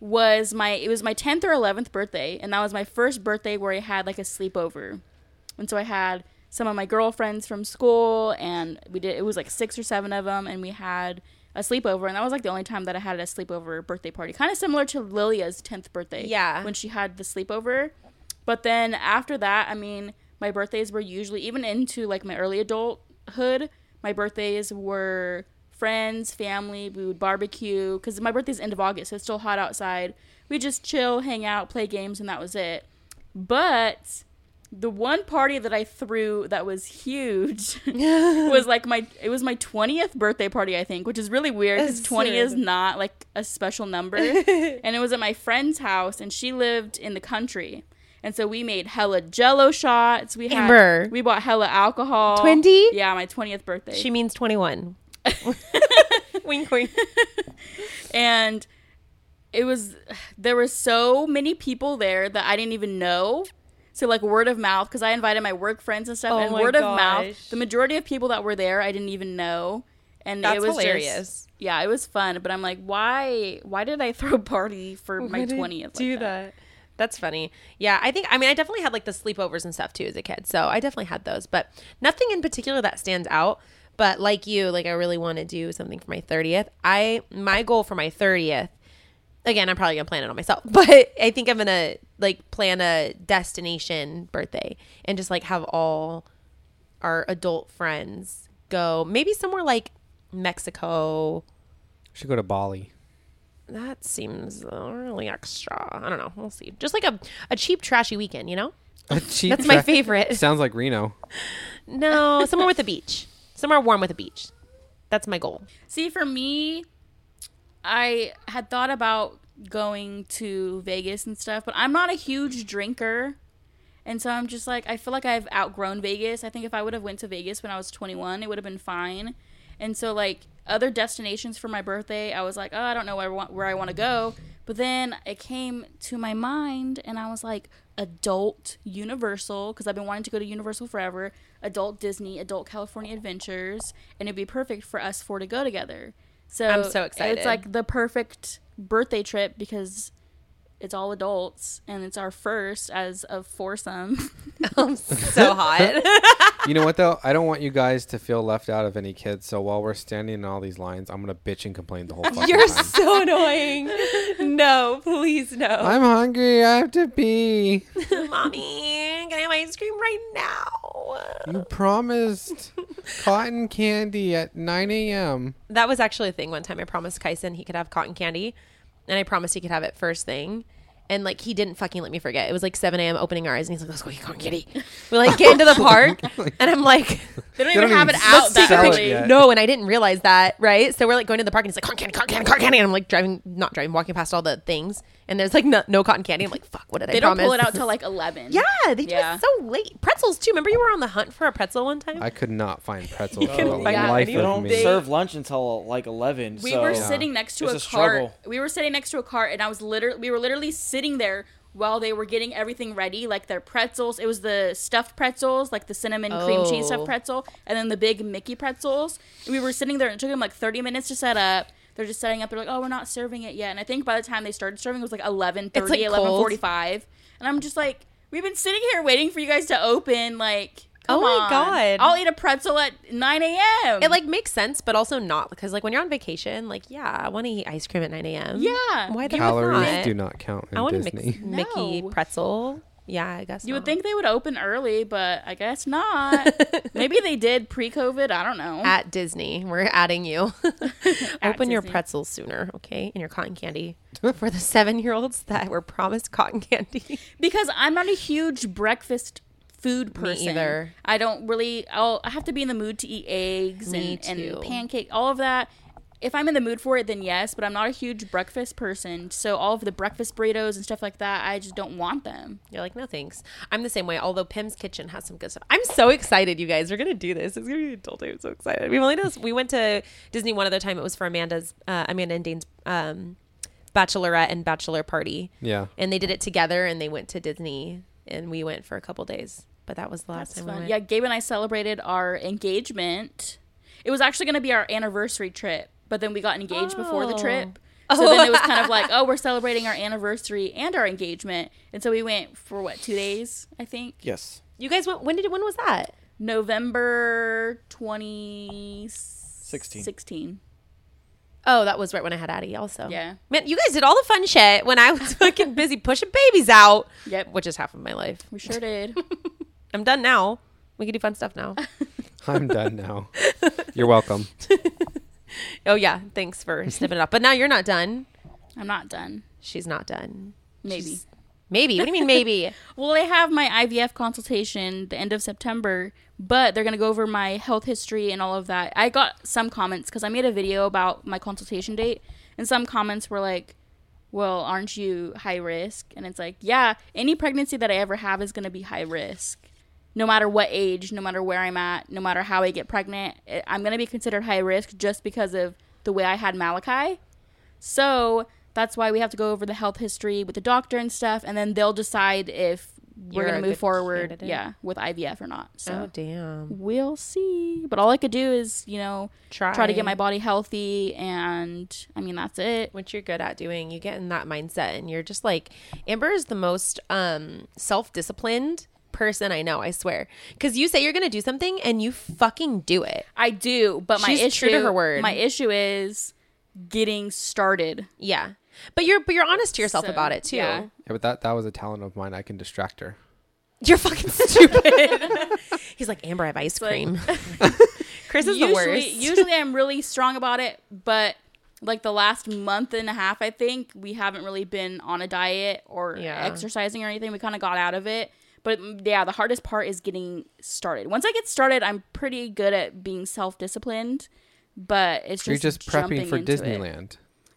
[SPEAKER 2] was my it was my tenth or eleventh birthday, and that was my first birthday where I had like a sleepover, and so I had some of my girlfriends from school, and we did it was like six or seven of them, and we had a sleepover, and that was like the only time that I had a sleepover birthday party, kind of similar to Lilia's tenth birthday,
[SPEAKER 5] Yeah.
[SPEAKER 2] when she had the sleepover. But then after that, I mean, my birthdays were usually even into like my early adulthood. My birthdays were friends, family. We would barbecue because my birthday's end of August, so it's still hot outside. We just chill, hang out, play games, and that was it. But the one party that I threw that was huge was like my it was my twentieth birthday party I think, which is really weird because
[SPEAKER 5] That's
[SPEAKER 2] twenty
[SPEAKER 5] weird.
[SPEAKER 2] is not like a special number. and it was at my friend's house, and she lived in the country, and so we made hella Jello shots. We had
[SPEAKER 5] Amber.
[SPEAKER 2] we bought hella alcohol.
[SPEAKER 5] 20?
[SPEAKER 2] yeah, my twentieth birthday.
[SPEAKER 5] She means 21. wink, wink.
[SPEAKER 2] and it was there were so many people there that I didn't even know. So like word of mouth because I invited my work friends and stuff,
[SPEAKER 5] Oh
[SPEAKER 2] and
[SPEAKER 5] my
[SPEAKER 2] word of
[SPEAKER 5] gosh.
[SPEAKER 2] mouth, the majority of people that were there I didn't even know, and
[SPEAKER 5] That's
[SPEAKER 2] it was just-
[SPEAKER 5] hilarious.
[SPEAKER 2] yeah, it was fun, but I'm like, why? Why did I throw a party for my twentieth?
[SPEAKER 5] Do that. That's funny. Yeah, I think I mean I definitely had like the sleepovers and stuff too as a kid. So I definitely had those, but nothing in particular that stands out. But like you, like I really want to do something for my 30th. I my goal for my 30th again, I'm probably gonna plan it on myself, but I think I'm gonna like plan a destination birthday and just like have all our adult friends go maybe somewhere like Mexico.
[SPEAKER 3] should go to Bali.
[SPEAKER 5] That seems uh, really extra. I don't know. We'll see. Just like a, a cheap trashy weekend, you know? That's my favorite.
[SPEAKER 3] Sounds like Reno.
[SPEAKER 5] No, somewhere with a beach. Somewhere warm with a beach. That's my goal.
[SPEAKER 2] See, for me, I had thought about going to Vegas and stuff, but I'm not a huge drinker. And so I'm just like I feel like I've outgrown Vegas. I think if I would have went to Vegas when I was 21, it would have been fine. And so like other destinations for my birthday, I was like, "Oh, I don't know where I want where I want to go." But then it came to my mind and I was like, "Adult Universal because I've been wanting to go to Universal forever, adult Disney, adult California Adventures, and it'd be perfect for us four to go together." So
[SPEAKER 5] I'm so excited.
[SPEAKER 2] It's like the perfect birthday trip because it's all adults and it's our first as a foursome.
[SPEAKER 5] I'm so hot.
[SPEAKER 3] You know what though? I don't want you guys to feel left out of any kids. So while we're standing in all these lines, I'm gonna bitch and complain the whole fucking
[SPEAKER 5] You're
[SPEAKER 3] time.
[SPEAKER 5] so annoying. No, please no.
[SPEAKER 3] I'm hungry. I have to pee.
[SPEAKER 5] Mommy, can I have ice cream right now?
[SPEAKER 3] You promised cotton candy at 9 a.m.
[SPEAKER 5] That was actually a thing one time. I promised Kyson he could have cotton candy, and I promised he could have it first thing. And like he didn't fucking let me forget. It was like 7 a.m. opening our eyes, and he's like, "Let's go get cotton candy." We like get into the park, and I'm like,
[SPEAKER 2] They don't
[SPEAKER 3] They
[SPEAKER 2] even
[SPEAKER 3] don't
[SPEAKER 2] have it
[SPEAKER 3] even
[SPEAKER 2] out
[SPEAKER 3] sell
[SPEAKER 2] that
[SPEAKER 3] it
[SPEAKER 2] early.
[SPEAKER 3] yet.
[SPEAKER 5] no, and I didn't realize that, right? So we're like going to the park, and he's like, "Cotton candy, cotton candy, cotton candy," and I'm like driving, not driving, walking past all the things, and there's like no, no cotton candy. I'm like, "Fuck, what did
[SPEAKER 2] They
[SPEAKER 5] I
[SPEAKER 2] don't
[SPEAKER 5] promise?"
[SPEAKER 2] pull it out till like eleven.
[SPEAKER 5] yeah, they do
[SPEAKER 2] Yeah.
[SPEAKER 5] it so late. Pretzels too. Remember you were on the hunt for a pretzel one time?
[SPEAKER 3] I could not find pretzels for the
[SPEAKER 5] couldn't find
[SPEAKER 3] life
[SPEAKER 6] They
[SPEAKER 3] of
[SPEAKER 6] don't
[SPEAKER 3] me.
[SPEAKER 6] serve lunch until like eleven.
[SPEAKER 2] We
[SPEAKER 6] so-
[SPEAKER 2] were sitting next to
[SPEAKER 6] It's
[SPEAKER 2] a,
[SPEAKER 6] a
[SPEAKER 2] cart.
[SPEAKER 6] struggle.
[SPEAKER 2] We were sitting next to a cart, and I was literally we were literally sitting there while they were getting everything ready, like their pretzels. It was the stuffed pretzels, like the cinnamon cream cheese
[SPEAKER 5] Oh.
[SPEAKER 2] stuffed pretzel, and then the big Mickey pretzels. And we were sitting there, and it took them like thirty minutes to set up. They're just setting up. They're like, "Oh, we're not serving it yet." And I think by the time they started serving, it was like 11:30,
[SPEAKER 5] It's, like, cold.
[SPEAKER 2] 11:45. And I'm just like, "We've been sitting here waiting for you guys to open. Like,
[SPEAKER 5] Oh my
[SPEAKER 2] on.
[SPEAKER 5] God.
[SPEAKER 2] I'll eat a pretzel at 9 a.m.
[SPEAKER 5] It like makes sense, but also not because like when you're on vacation, like yeah, I want to eat ice cream at 9 a.m.
[SPEAKER 2] Yeah.
[SPEAKER 5] why the fuck
[SPEAKER 3] Calories
[SPEAKER 5] not?
[SPEAKER 3] do not count in
[SPEAKER 5] I want to
[SPEAKER 3] Disney.
[SPEAKER 5] mix Mickey
[SPEAKER 2] No.
[SPEAKER 5] pretzel. Yeah, I guess
[SPEAKER 2] you would
[SPEAKER 5] not.
[SPEAKER 2] think they would open early, but I guess not. Maybe they did pre-COVID. I don't know.
[SPEAKER 5] at Disney. We're adding you. Open your
[SPEAKER 2] Disney.
[SPEAKER 5] pretzels sooner, okay? And your cotton candy for the seven-year-olds that were promised cotton candy.
[SPEAKER 2] because I'm not a huge breakfast food person.
[SPEAKER 5] either.
[SPEAKER 2] I don't really. I'll I have to be in the mood to eat eggs
[SPEAKER 5] Me
[SPEAKER 2] and, and
[SPEAKER 5] too.
[SPEAKER 2] pancake, all of that. If I'm in the mood for it, then yes. But I'm not a huge breakfast person, so all of the breakfast burritos and stuff like that, I just don't want them.
[SPEAKER 5] You're like, no thanks. I'm the same way. Although Pim's Kitchen has some good stuff. I'm so excited, you guys. We're gonna do this. It's gonna be adult. I'm so excited. We've only done this. We went to Disney one other time. It was for Amanda's, uh, Amanda and Dane's um, bachelorette and bachelor party.
[SPEAKER 3] Yeah.
[SPEAKER 5] And they did it together, and they went to Disney, and we went for a couple days. But that was the last
[SPEAKER 2] That's
[SPEAKER 5] time
[SPEAKER 2] fun.
[SPEAKER 5] we went.
[SPEAKER 2] Yeah, Gabe and I celebrated our engagement. It was actually going to be our anniversary trip, but then we got engaged before the
[SPEAKER 5] Oh.
[SPEAKER 2] trip. So then it was kind of like, oh, we're celebrating our anniversary and our engagement. And so we went for what, two days, I think?
[SPEAKER 6] Yes.
[SPEAKER 5] You guys went. When did? When was that?
[SPEAKER 2] November 2016.
[SPEAKER 5] Oh, that was right when I had Addie also.
[SPEAKER 2] Yeah.
[SPEAKER 5] Man, you guys did all the fun shit when I was fucking busy pushing babies out.
[SPEAKER 2] Yep.
[SPEAKER 5] Which is half of my life.
[SPEAKER 2] We sure did.
[SPEAKER 5] I'm done now. We can do fun stuff now.
[SPEAKER 3] I'm done now. You're welcome.
[SPEAKER 5] oh yeah. Thanks for snipping it up. But now you're not done.
[SPEAKER 2] I'm not done.
[SPEAKER 5] She's not done.
[SPEAKER 2] Maybe.
[SPEAKER 5] Maybe. What do you mean maybe?
[SPEAKER 2] Well, I have my IVF consultation the end of September, but they're going to go over my health history and all of that. I got some comments because I made a video about my consultation date, and some comments were like, Well, aren't you high risk? And it's like, Yeah, any pregnancy that I ever have is going to be high risk. No matter what age, no matter where I'm at, no matter how I get pregnant, I- I'm going to be considered high risk just because of the way I had Malachi. So that's why we have to go over the health history with the doctor and stuff, and then they'll decide if we're
[SPEAKER 5] You're
[SPEAKER 2] gonna
[SPEAKER 5] a
[SPEAKER 2] move
[SPEAKER 5] good
[SPEAKER 2] forward,
[SPEAKER 5] candidate.
[SPEAKER 2] yeah, with IVF or not. So
[SPEAKER 5] Oh, damn.
[SPEAKER 2] we'll see. But all I could do is, you know,
[SPEAKER 5] Try.
[SPEAKER 2] to get my body healthy, and I mean that's it.
[SPEAKER 5] What you're good at doing, you get in that mindset and you're just like Amber is the most um self disciplined person I know, I swear. Cause you say you're gonna do something and you fucking do it.
[SPEAKER 2] I do, but my
[SPEAKER 5] She's
[SPEAKER 2] issue,
[SPEAKER 5] true to her word.
[SPEAKER 2] my issue is getting started.
[SPEAKER 5] Yeah. But you're but you're honest to yourself
[SPEAKER 2] So,
[SPEAKER 5] about it too.
[SPEAKER 2] yeah.
[SPEAKER 3] Yeah, but that that was a talent of mine. I can distract her.
[SPEAKER 5] You're fucking stupid. He's like, Amber, I have ice cream. Chris is the
[SPEAKER 2] usually,
[SPEAKER 5] worst.
[SPEAKER 2] usually I'm really strong about it, but like the last month and a half, I think we haven't really been on a diet or
[SPEAKER 5] Yeah.
[SPEAKER 2] exercising or anything. We kind of got out of it. But mm, yeah, the hardest part is getting started. Once I get started, I'm pretty good at being self disciplined. But it's just
[SPEAKER 3] You're just prepping
[SPEAKER 2] jumping
[SPEAKER 3] for
[SPEAKER 2] into it.
[SPEAKER 3] Disneyland.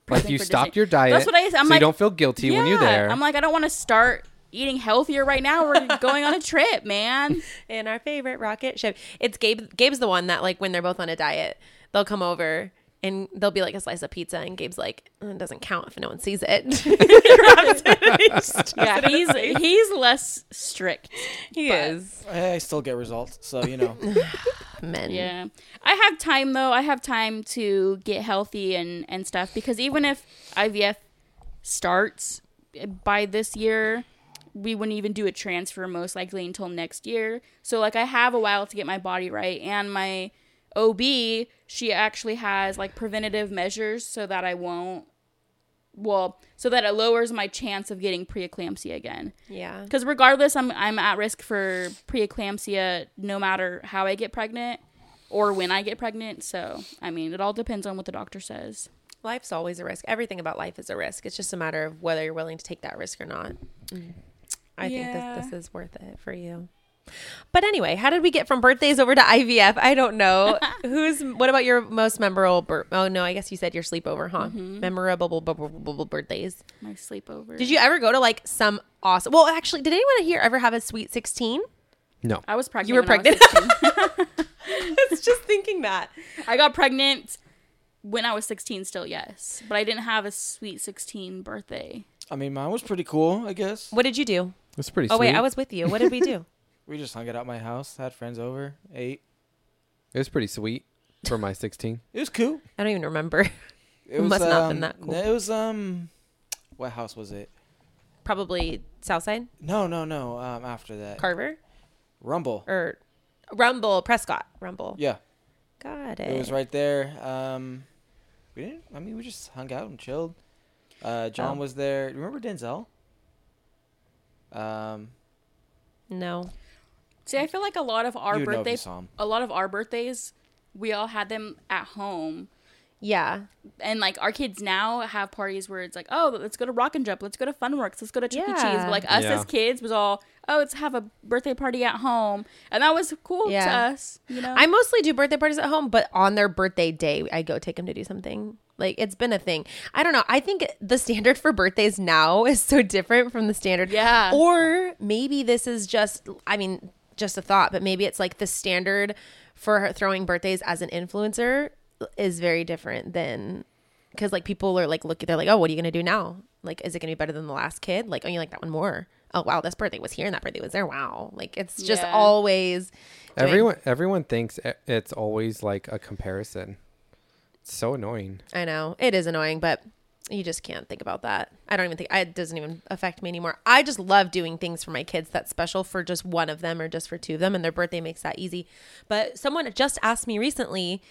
[SPEAKER 3] Like
[SPEAKER 2] Prepping
[SPEAKER 3] you
[SPEAKER 2] for
[SPEAKER 3] stopped
[SPEAKER 2] Disney.
[SPEAKER 3] your diet.
[SPEAKER 2] That's what I- I'm
[SPEAKER 3] so you
[SPEAKER 2] like-
[SPEAKER 3] don't feel guilty when you're
[SPEAKER 2] Yeah.
[SPEAKER 3] there.
[SPEAKER 2] I'm like, I don't want to start eating healthier right now. We're going on a trip, man.
[SPEAKER 5] in our favorite rocket ship. It's Gabe. Gabe's the one that like when they're both on a diet, they'll come over and they'll be like a slice of pizza, and Gabe's like, "Mm, it doesn't count if no one sees it. Grabs it and he just-
[SPEAKER 2] Yeah, he's he's less strict.
[SPEAKER 5] he is
[SPEAKER 6] I still get results, so you know.
[SPEAKER 5] men.
[SPEAKER 2] Yeah. Um, I have time though. I have time to get healthy and and stuff because even if IVF starts eh, by this year, we wouldn't even do a transfer most likely until next year. So like I have a while to get my body right and my OB, she actually has like preventative measures so that I won't well, so that it lowers my chance of getting preeclampsia again
[SPEAKER 5] yeah.
[SPEAKER 2] because regardless I'm, I'm at risk for preeclampsia no matter how i get pregnant or when i get pregnant so i mean it all depends on what the doctor says
[SPEAKER 5] Life's always a risk. Everything about life is a risk. It's just a matter of whether you're willing to take that risk or not. Mm. I
[SPEAKER 2] Yeah.
[SPEAKER 5] think this, this is worth it for you. But anyway, how did we get from birthdays over to IVF? I don't know. Who's what about your most memorable? Bir- oh no, I guess you said your sleepover, huh? Memorable bu- bu- bu- bu- birthdays.
[SPEAKER 2] my sleepover
[SPEAKER 5] Did you ever go to like some awesome? Well, actually, did anyone here ever have a sweet sixteen?
[SPEAKER 3] no.
[SPEAKER 2] i was pregnant
[SPEAKER 5] You were
[SPEAKER 2] when I was
[SPEAKER 5] pregnant.
[SPEAKER 2] 16.
[SPEAKER 5] I was just thinking that.
[SPEAKER 2] I, got pregnant when i was 16 still yes but i didn't have a sweet 16 birthday
[SPEAKER 6] I mean, mine was pretty cool, I guess.
[SPEAKER 5] What did you do?
[SPEAKER 3] That's pretty
[SPEAKER 5] Oh
[SPEAKER 3] sweet.
[SPEAKER 5] wait, I was with you. What did we do?
[SPEAKER 6] We just hung it out my house, had friends over, ate.
[SPEAKER 3] it was pretty sweet for my 16.
[SPEAKER 6] It was cool.
[SPEAKER 5] I don't even remember.
[SPEAKER 6] It was,
[SPEAKER 5] Must not have been
[SPEAKER 6] um,
[SPEAKER 5] that cool.
[SPEAKER 6] It was um, what house was it?
[SPEAKER 5] Probably Southside
[SPEAKER 6] No, no, no. Um, after that,
[SPEAKER 5] Carver
[SPEAKER 6] Rumble.
[SPEAKER 5] or Rumble, Prescott, Rumble.
[SPEAKER 6] Yeah,
[SPEAKER 5] Got it.
[SPEAKER 6] it was right there. Um, we didn't. I mean, we just hung out and chilled. Uh,
[SPEAKER 5] Oh.
[SPEAKER 6] John was there. Remember Denzel? Um,
[SPEAKER 5] No.
[SPEAKER 2] See, I feel like a lot of our
[SPEAKER 6] You would know if you
[SPEAKER 2] birthdays,
[SPEAKER 6] saw 'em.
[SPEAKER 2] a lot of our birthdays, we all had them at home,
[SPEAKER 5] Yeah.
[SPEAKER 2] and like our kids now have parties where it's like, oh, let's go to Rock and Jump, let's go to Funworks, let's go to Chuck E. Cheese.
[SPEAKER 5] Yeah.
[SPEAKER 2] But like us
[SPEAKER 3] Yeah.
[SPEAKER 2] as kids was all, oh, let's have a birthday party at home, and that was cool to
[SPEAKER 5] Yeah.
[SPEAKER 2] us, you know.
[SPEAKER 5] I mostly do birthday parties at home, but on their birthday day, I go take them to do something. Like it's been a thing. I don't know. I think the standard for birthdays now is so different from the standard.
[SPEAKER 2] Yeah.
[SPEAKER 5] Or maybe this is just, I mean, just a thought, but maybe it's like the standard for throwing birthdays as an influencer is very different than because like people are like looking, they're like, oh, what are you gonna do now? Like, is it gonna be better than the last kid? Like, oh, you like that one more. Oh wow, this birthday was here and that birthday was there. Wow, like it's just
[SPEAKER 2] Yeah.
[SPEAKER 5] always doing-
[SPEAKER 3] Everyone everyone thinks e- it's always like a comparison. It's so annoying.
[SPEAKER 5] I know it is annoying, but you just can't think about that. I don't even think I- it doesn't even affect me anymore. I just love doing things for my kids that's special for just one of them or just for two of them, and their birthday makes that easy. But someone just asked me recently.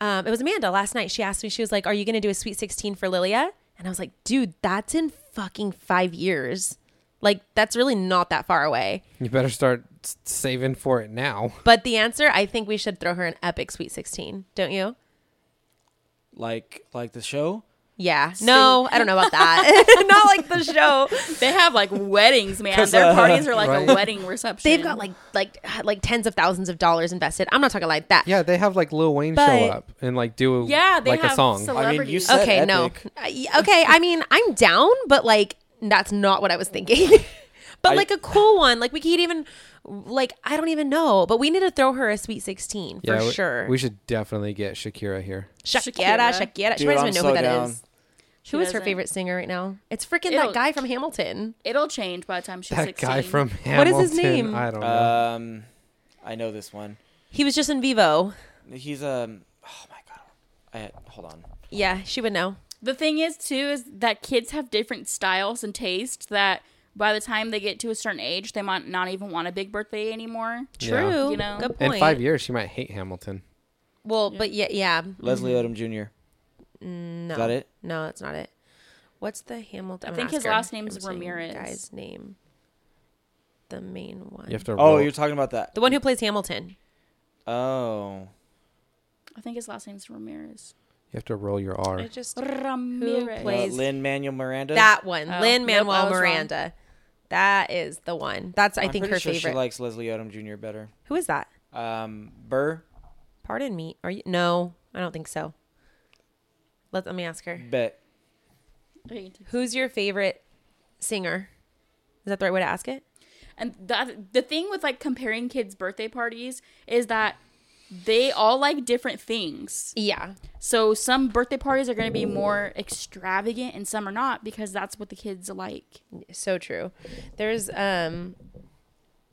[SPEAKER 5] Um, it was Amanda last night. She asked me. She was like, "Are you going to do a sweet 16 for Lilia?" And I was like, "Dude, that's in fucking five years. Like, that's really not that far away."
[SPEAKER 3] You better start s- saving for it now.
[SPEAKER 5] But the answer, I think we should throw her an epic sweet 16, don't you?
[SPEAKER 6] like like the show.
[SPEAKER 5] Yeah. No, I don't know about that. not like the show.
[SPEAKER 2] they have like weddings, man.
[SPEAKER 3] uh,
[SPEAKER 2] Their parties are like a wedding reception.
[SPEAKER 5] They've got like like like tens of thousands of dollars invested. I'm not talking like that.
[SPEAKER 3] Yeah, they have like Lil Wayne show
[SPEAKER 5] But-
[SPEAKER 3] up and like do a,
[SPEAKER 2] yeah, they
[SPEAKER 3] like
[SPEAKER 2] have
[SPEAKER 3] a song.
[SPEAKER 6] I mean, you
[SPEAKER 2] celebrities.
[SPEAKER 6] said
[SPEAKER 5] Okay,
[SPEAKER 6] epic.
[SPEAKER 5] no. Uh, y- Okay, I mean, I'm down, but like that's not what I was thinking. but
[SPEAKER 6] I-
[SPEAKER 5] like a cool one, like we could even like I don't even know, but we need to throw her a sweet 16 for
[SPEAKER 3] yeah, we-
[SPEAKER 5] sure.
[SPEAKER 3] We should definitely get Shakira here.
[SPEAKER 2] Shakira.
[SPEAKER 5] Shakira, Shakira. She
[SPEAKER 6] Dude,
[SPEAKER 5] might
[SPEAKER 6] I'm
[SPEAKER 5] even know who
[SPEAKER 6] so
[SPEAKER 5] that is.
[SPEAKER 6] down.
[SPEAKER 5] Who is her
[SPEAKER 2] doesn't.
[SPEAKER 5] favorite singer right now? It's freaking
[SPEAKER 2] It'll-
[SPEAKER 5] that guy from Hamilton.
[SPEAKER 2] It'll change by the time she's
[SPEAKER 3] That
[SPEAKER 2] 16.
[SPEAKER 3] guy from
[SPEAKER 5] What
[SPEAKER 3] Hamilton.
[SPEAKER 5] is his name?
[SPEAKER 3] I don't know.
[SPEAKER 6] Um, I know this one.
[SPEAKER 5] He was just in Vivo.
[SPEAKER 6] He's um. Oh my god. I hold on.
[SPEAKER 5] Yeah, she would know.
[SPEAKER 2] The thing is, too, is that kids have different styles and tastes that by the time they get to a certain age, they might not even want a big birthday anymore.
[SPEAKER 3] Yeah.
[SPEAKER 5] True.
[SPEAKER 2] You know.
[SPEAKER 5] Good point.
[SPEAKER 3] In five years, she might hate Hamilton.
[SPEAKER 5] Well, but yeah, yeah.
[SPEAKER 6] Leslie Odom Jr.
[SPEAKER 5] Mm. No.
[SPEAKER 6] that it?
[SPEAKER 5] No, that's not it. What's the Hamilton?
[SPEAKER 2] I
[SPEAKER 5] I'm
[SPEAKER 2] think
[SPEAKER 5] gonna
[SPEAKER 2] his
[SPEAKER 5] ask her.
[SPEAKER 2] last name's
[SPEAKER 5] I'm saying
[SPEAKER 2] Ramirez.
[SPEAKER 5] Guy's name. The main one.
[SPEAKER 3] You have to.
[SPEAKER 6] Oh,
[SPEAKER 3] roll-
[SPEAKER 6] you're talking about that.
[SPEAKER 5] the one who plays Hamilton.
[SPEAKER 6] Oh,
[SPEAKER 2] I think his last name's Ramirez.
[SPEAKER 3] you have to roll your R.
[SPEAKER 5] I just
[SPEAKER 2] Ramirez.
[SPEAKER 5] plays- Is-
[SPEAKER 6] Lynn Manuel Miranda.
[SPEAKER 5] that one,
[SPEAKER 2] Oh,
[SPEAKER 5] Lynn
[SPEAKER 2] nope, I
[SPEAKER 5] Manuel
[SPEAKER 2] was wrong.
[SPEAKER 5] Miranda. That is the one. That's I
[SPEAKER 6] I'm
[SPEAKER 5] think
[SPEAKER 6] pretty
[SPEAKER 5] her
[SPEAKER 6] sure
[SPEAKER 5] favorite.
[SPEAKER 6] She likes Leslie Odom Jr. better.
[SPEAKER 5] who is that?
[SPEAKER 6] Um, Burr,
[SPEAKER 5] Pardon me. Are you? No, I don't think so. Let Let me ask her.
[SPEAKER 6] bet.
[SPEAKER 5] Who's your favorite singer? Is that the right way to ask it?
[SPEAKER 2] And the the thing with like comparing kids' birthday parties is that they all like different things.
[SPEAKER 5] Yeah.
[SPEAKER 2] So some birthday parties are going to be more extravagant and some are not because that's what the kids like.
[SPEAKER 5] so true. There's um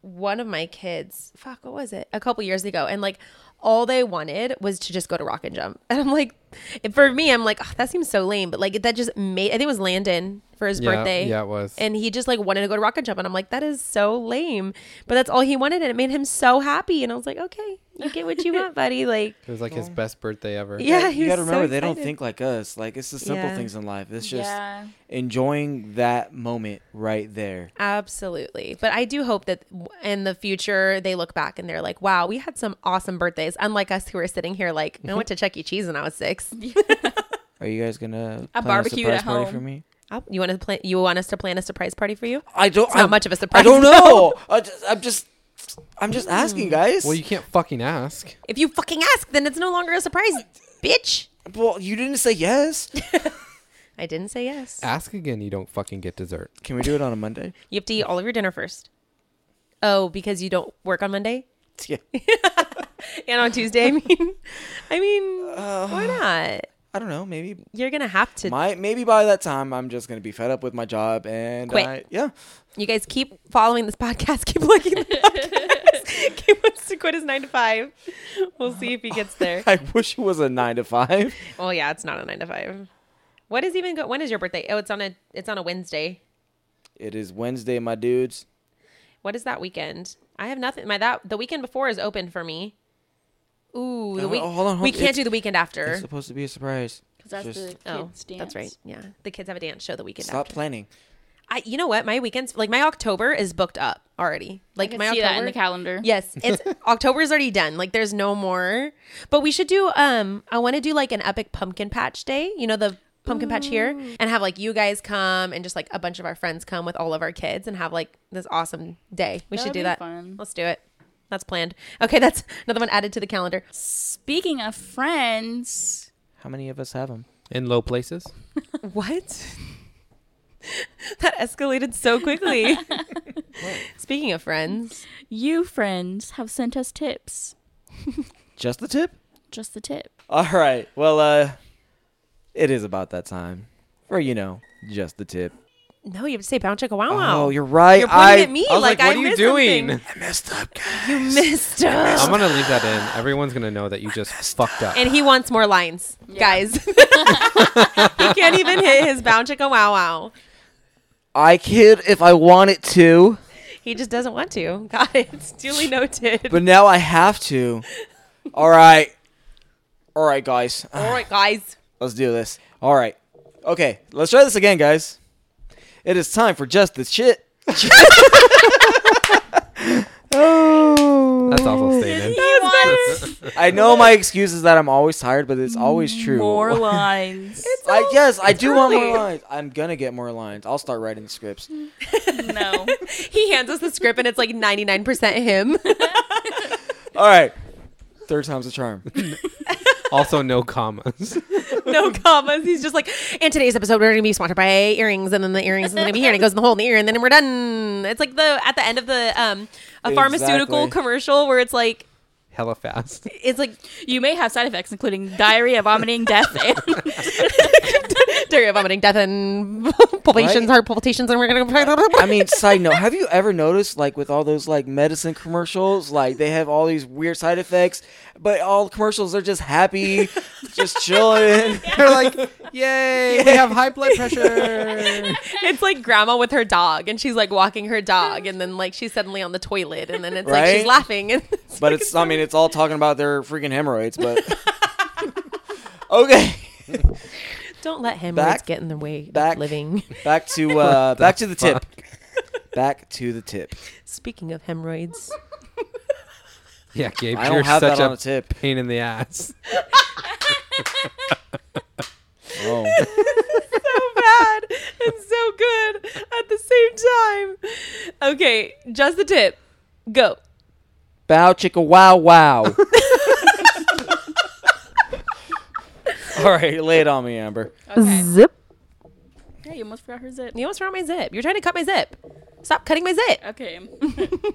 [SPEAKER 5] one of my kids, fuck, what was it? A couple years ago, and like all they wanted was to just go to Rock and Jump, and I'm like, and for me, I'm like, "Ugh, that seems so lame, but like that just made. I think it was Landon for his
[SPEAKER 3] Yeah,
[SPEAKER 5] birthday.
[SPEAKER 3] yeah, it was.
[SPEAKER 5] And he just like wanted to go to Rock and Jump, and I'm like, that is so lame, but that's all he wanted, and it made him so happy, and I was like, okay, you get what you want, buddy. Like,
[SPEAKER 3] It was like his best birthday ever.
[SPEAKER 5] yeah, he
[SPEAKER 6] you
[SPEAKER 5] was
[SPEAKER 6] gotta
[SPEAKER 5] so
[SPEAKER 6] remember they don't
[SPEAKER 5] excited.
[SPEAKER 6] think like us. Like it's the simple
[SPEAKER 5] Yeah.
[SPEAKER 6] things in life. It's just
[SPEAKER 2] Yeah.
[SPEAKER 6] enjoying that moment right there.
[SPEAKER 5] Absolutely. But I do hope that w- in the future they look back and they're like, wow, we had some awesome birthdays. Unlike us who are sitting here like, I went to Chuck E. Cheese when I was six.
[SPEAKER 6] Are you guys gonna
[SPEAKER 2] I
[SPEAKER 6] plan
[SPEAKER 2] barbecued
[SPEAKER 6] a surprise
[SPEAKER 2] at
[SPEAKER 6] party
[SPEAKER 2] home.
[SPEAKER 6] for me?
[SPEAKER 5] Oh, You want to plan? You want us to plan a surprise party for you?
[SPEAKER 6] I don't.
[SPEAKER 5] It's not much of a
[SPEAKER 6] I
[SPEAKER 5] surprise,
[SPEAKER 6] don't know.
[SPEAKER 5] though. Mm.
[SPEAKER 6] I just, I'm just. I'm just asking, guys.
[SPEAKER 3] Well, you can't fucking ask.
[SPEAKER 5] If you fucking ask, then it's no longer a surprise, bitch.
[SPEAKER 6] Well, you didn't say yes.
[SPEAKER 5] I didn't say yes.
[SPEAKER 3] Ask again, you don't fucking get dessert.
[SPEAKER 6] Can we do it on a Monday?
[SPEAKER 5] You have to eat all of your dinner first. Oh, because you don't work on Monday
[SPEAKER 6] Yeah.
[SPEAKER 5] and on Tuesday. I mean, I mean, why not?
[SPEAKER 6] I don't know. Maybe
[SPEAKER 5] You're gonna have to.
[SPEAKER 6] my maybe by that time I'm just gonna be fed up with my job and
[SPEAKER 5] Quit.
[SPEAKER 6] I, yeah.
[SPEAKER 5] You guys keep following this podcast. Keep liking the podcast. he wants to quit his nine to five. We'll see if he gets there.
[SPEAKER 6] I wish it was a nine to five.
[SPEAKER 5] Well, yeah, it's not a nine to five. What is even go? When is your birthday? Oh, it's on a it's on a Wednesday.
[SPEAKER 6] It is Wednesday, my dudes.
[SPEAKER 5] What is that weekend? I have nothing. My that the weekend before is open for me. Ooh, the
[SPEAKER 6] Oh,
[SPEAKER 5] week.
[SPEAKER 6] hold on, hold
[SPEAKER 5] we
[SPEAKER 6] on.
[SPEAKER 5] can't
[SPEAKER 6] It's-
[SPEAKER 5] do the weekend
[SPEAKER 6] It's
[SPEAKER 5] after.
[SPEAKER 6] supposed to be a surprise.
[SPEAKER 2] because that's
[SPEAKER 6] Just
[SPEAKER 2] the kids
[SPEAKER 5] Oh,
[SPEAKER 2] dance.
[SPEAKER 5] that's right. Yeah, the kids have a dance show the weekend
[SPEAKER 6] stop
[SPEAKER 5] after.
[SPEAKER 6] planning.
[SPEAKER 5] I, you know what? My weekends, like my October, is booked up already.
[SPEAKER 2] I
[SPEAKER 5] Like
[SPEAKER 2] can
[SPEAKER 5] my
[SPEAKER 2] see
[SPEAKER 5] October
[SPEAKER 2] that in the calendar.
[SPEAKER 5] Yes, it's October is already done. Like there's no more. But we should do um I want to do like an epic pumpkin patch day, you know the pumpkin patch here and have like you guys come and just like a bunch of our friends come with all of our kids and have like this awesome day. We
[SPEAKER 2] That
[SPEAKER 5] should
[SPEAKER 2] would
[SPEAKER 5] do
[SPEAKER 2] be
[SPEAKER 5] that.
[SPEAKER 2] fun.
[SPEAKER 5] Let's do it. That's planned. Okay, that's another one added to the calendar.
[SPEAKER 2] Speaking of friends,
[SPEAKER 6] How many of us have them?
[SPEAKER 3] in low places.
[SPEAKER 5] What? that escalated so quickly. Speaking of friends,
[SPEAKER 2] you friends have sent us tips.
[SPEAKER 6] Just the tip?
[SPEAKER 2] Just the tip.
[SPEAKER 6] All right. Well, uh, it is about that time for you know just the tip.
[SPEAKER 5] no, you have to say bow chicka wow wow.
[SPEAKER 6] Oh, you're right.
[SPEAKER 5] You're pointing
[SPEAKER 6] I,
[SPEAKER 5] at me
[SPEAKER 3] I was
[SPEAKER 5] like,
[SPEAKER 3] like,
[SPEAKER 5] I
[SPEAKER 3] "What are you
[SPEAKER 5] missed
[SPEAKER 3] doing?"
[SPEAKER 5] something. You missed up.
[SPEAKER 3] I'm gonna leave that in. Everyone's gonna know that you just fucked up.
[SPEAKER 5] and he wants more lines, guys. he can't even hit his bound chicka wow wow.
[SPEAKER 6] I could if I wanted to,
[SPEAKER 5] He just doesn't want to. Got it. It's duly noted.
[SPEAKER 6] but now I have to. All right. All right, guys.
[SPEAKER 5] All right, guys.
[SPEAKER 6] Let's do this. All right. Okay. Let's try this again, guys. It is time for just the shit.
[SPEAKER 3] That's awful stated.
[SPEAKER 6] I know my excuse is that I'm always tired, but it's always true.
[SPEAKER 2] More lines.
[SPEAKER 6] I yes, I do want
[SPEAKER 5] early.
[SPEAKER 6] more lines. I'm gonna get more lines. I'll start writing scripts.
[SPEAKER 2] no.
[SPEAKER 5] He hands us the script and it's like 99% him.
[SPEAKER 6] All right. Third time's a charm.
[SPEAKER 3] Also, no commas.
[SPEAKER 5] no commas. He's just like, and today's episode, we're going to be sponsored by earrings, and then the earrings is going to be here, and it goes in the hole in the ear, and then we're done. It's like the at the end of the um, a pharmaceutical
[SPEAKER 6] Exactly.
[SPEAKER 5] commercial where it's like,
[SPEAKER 3] Hella fast.
[SPEAKER 5] it's like
[SPEAKER 2] You may have side effects including diarrhea, vomiting, death, and
[SPEAKER 5] diarrhea, vomiting, death, and palpitations,
[SPEAKER 6] Right?
[SPEAKER 5] heart palpitations, and we're going to.
[SPEAKER 6] I mean, side note, have you ever noticed like with all those like medicine commercials, like they have all these weird side effects, but all commercials are just happy, just chilling.
[SPEAKER 3] They're like, yay, we have high blood pressure.
[SPEAKER 5] It's like grandma with her dog, and she's like walking her dog, and then like she's suddenly on the toilet, and then it's like she's
[SPEAKER 6] Right?
[SPEAKER 5] laughing. And
[SPEAKER 6] But it's I mean, it's all talking about their freaking hemorrhoids, but Okay.
[SPEAKER 5] don't let him
[SPEAKER 6] Back-
[SPEAKER 5] get in the way
[SPEAKER 6] back-
[SPEAKER 5] of living.
[SPEAKER 6] Back to uh back to the tip. Back to the tip.
[SPEAKER 5] Speaking of hemorrhoids,
[SPEAKER 3] Yeah, Gabe,
[SPEAKER 6] I don't
[SPEAKER 3] you're
[SPEAKER 6] have
[SPEAKER 3] such
[SPEAKER 6] that on
[SPEAKER 3] a
[SPEAKER 6] the tip.
[SPEAKER 3] pain in the ass.
[SPEAKER 6] Oh.
[SPEAKER 5] bad and so good at the same time. Okay, just the tip. Go.
[SPEAKER 6] Bow chicka wow wow. All right, lay it on me, Amber.
[SPEAKER 5] Zip.
[SPEAKER 2] Yeah, you almost forgot her zip.
[SPEAKER 5] You almost forgot my zip. You're trying to cut my zip. Stop cutting my zip.
[SPEAKER 2] Okay.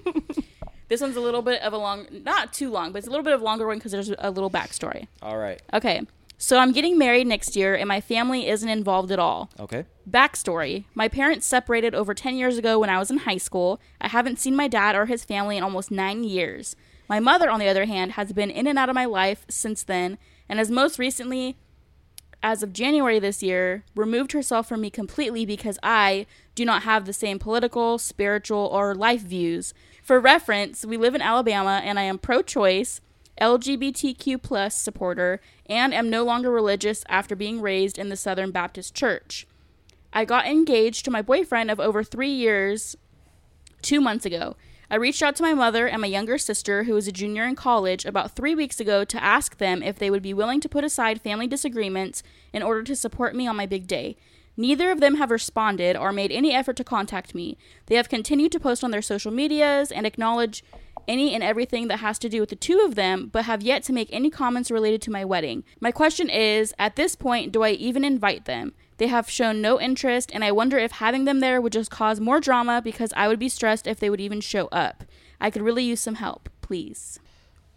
[SPEAKER 2] this one's a little bit of a long, not too long, but it's a little bit of a longer one because there's a little backstory.
[SPEAKER 6] All right.
[SPEAKER 2] Okay. So I'm getting married next year and my family isn't involved at all.
[SPEAKER 6] Okay.
[SPEAKER 2] Backstory My parents separated over 10 years ago when I was in high school. I haven't seen my dad or his family in almost nine years. My mother, on the other hand, has been in and out of my life since then, and has most recently, as of January this year, removed herself from me completely because I do not have the same political, spiritual, or life views. For reference, we live in Alabama and I am pro choice. LGBTQ plus supporter and am no longer religious after being raised in the Southern Baptist Church. I got engaged to my boyfriend of over three years two months ago. I reached out to my mother and my younger sister, who is a junior in college, about three weeks ago to ask them if they would be willing to put aside family disagreements in order to support me on my big day. Neither of them have responded or made any effort to contact me. They have continued to post on their social medias and acknowledge any and everything that has to do with the two of them, but have yet to make any comments related to my wedding. My question is at this point, do I even invite them? They have shown no interest, and I wonder if having them there would just cause more drama because I would be stressed if they would even show up. I could really use some help, please.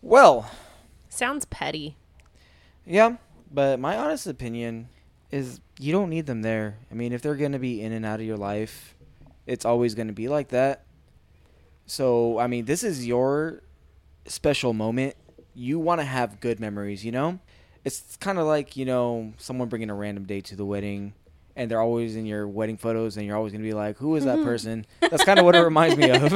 [SPEAKER 6] Well,
[SPEAKER 5] Sounds petty.
[SPEAKER 6] yeah, but my honest opinion is you don't need them there. I mean, if they're going to be in and out of your life, it's always going to be like that. So, I mean, this is your special moment. You want to have good memories, you know? It's kind of like, you know, someone bringing a random date to the wedding and they're always in your wedding photos and you're always going to be like, who is that person? That's kind of what it reminds me of.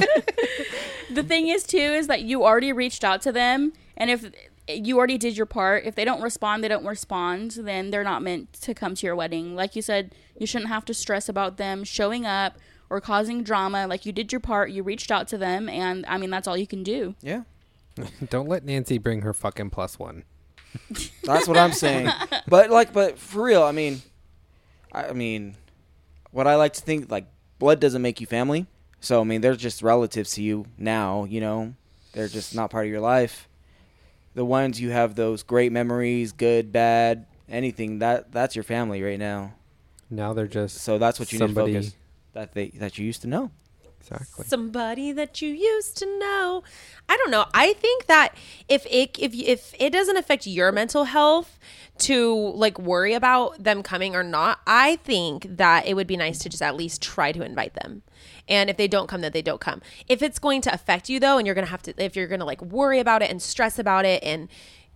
[SPEAKER 2] the thing is too is that you already reached out to them and if you already did your part if they don't respond they don't respond then they're not meant to come to your wedding like you said you shouldn't have to stress about them showing up or causing drama like you did your part you reached out to them and i mean that's all you can do
[SPEAKER 6] Yeah.
[SPEAKER 3] Don't let Nancy bring her fucking plus one.
[SPEAKER 6] That's what I'm saying. but like, but for real, I mean, I I mean, what I like to think like blood doesn't make you family. So I mean, they're just relatives to you now. You know, they're just not part of your life. The ones you have those great memories, good, bad, anything that that's your family right now.
[SPEAKER 3] Now they're just
[SPEAKER 6] So that's what you need
[SPEAKER 3] somebody.
[SPEAKER 6] to focus. That they that you used to know.
[SPEAKER 3] Exactly.
[SPEAKER 5] somebody that you used to know. I don't know. I think that if it if you- if it doesn't affect your mental health to like worry about them coming or not, I think that it would be nice to just at least try to invite them. And if they don't come, that they don't come. If it's going to affect you though, and you're gonna have to if you're gonna like worry about it and stress about it and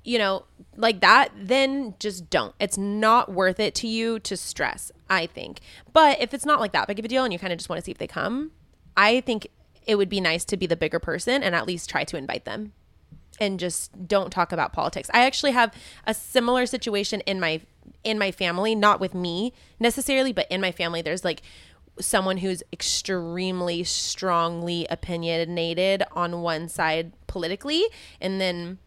[SPEAKER 5] you know like that then just don't it's not worth it to you to stress i think but if it's not like that big of a deal and you kind of just want to see if they come I think it would be nice to be the bigger person and at least try to invite them and just don't talk about politics. I actually have a similar situation in my in my family, not with me necessarily, but in my family there's like someone who's extremely strongly opinionated on one side politically and then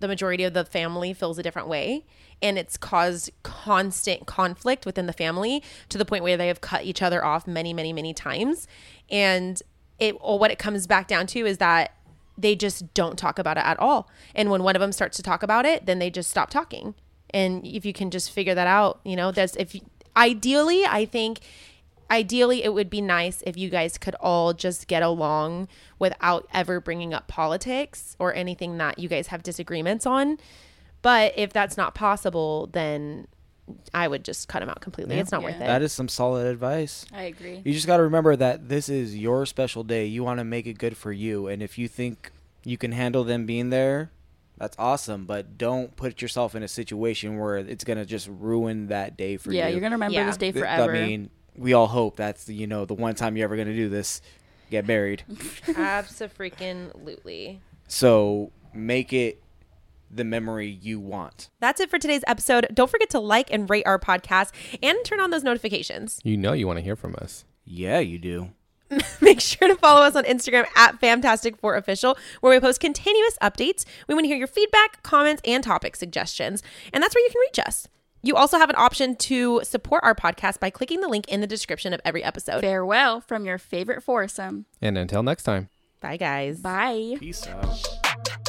[SPEAKER 5] the majority of the family feels a different way and it's caused constant conflict within the family to the point where they have cut each other off many many many times and it or what it comes back down to is that they just don't talk about it at all and when one of them starts to talk about it then they just stop talking and if you can just figure that out you know that's if you, ideally i think ideally it would be nice if you guys could all just get along without ever bringing up politics or anything that you guys have disagreements on but if that's not possible then i would just cut them out completely it's not worth it
[SPEAKER 6] That is some solid advice.
[SPEAKER 2] i agree
[SPEAKER 6] You just got to remember that this is your special day. You want to make it good for you. And if you think you can handle them being there, that's awesome. But don't put yourself in a situation where it's going to just ruin that day for
[SPEAKER 2] yeah
[SPEAKER 6] you.
[SPEAKER 2] you're gonna remember
[SPEAKER 5] Yeah.
[SPEAKER 2] this day
[SPEAKER 6] Th-
[SPEAKER 2] forever
[SPEAKER 6] I mean, we all hope that's, the, you know, the one time you're ever going to do this, get married.
[SPEAKER 5] Absolutely.
[SPEAKER 6] so make it the memory you want.
[SPEAKER 5] That's it for today's episode. Don't forget to like and rate our podcast and turn on those notifications.
[SPEAKER 3] You know you want to hear from us.
[SPEAKER 6] Yeah, you do.
[SPEAKER 5] Make sure to follow us on Instagram at Fantastic4Official, where we post continuous updates. We want to hear your feedback, comments, and topic suggestions. And that's where you can reach us. You also have an option to support our podcast by clicking the link in the description of every episode.
[SPEAKER 2] farewell from your favorite foursome
[SPEAKER 3] And until next time.
[SPEAKER 5] Bye, guys.
[SPEAKER 2] bye
[SPEAKER 6] Peace out.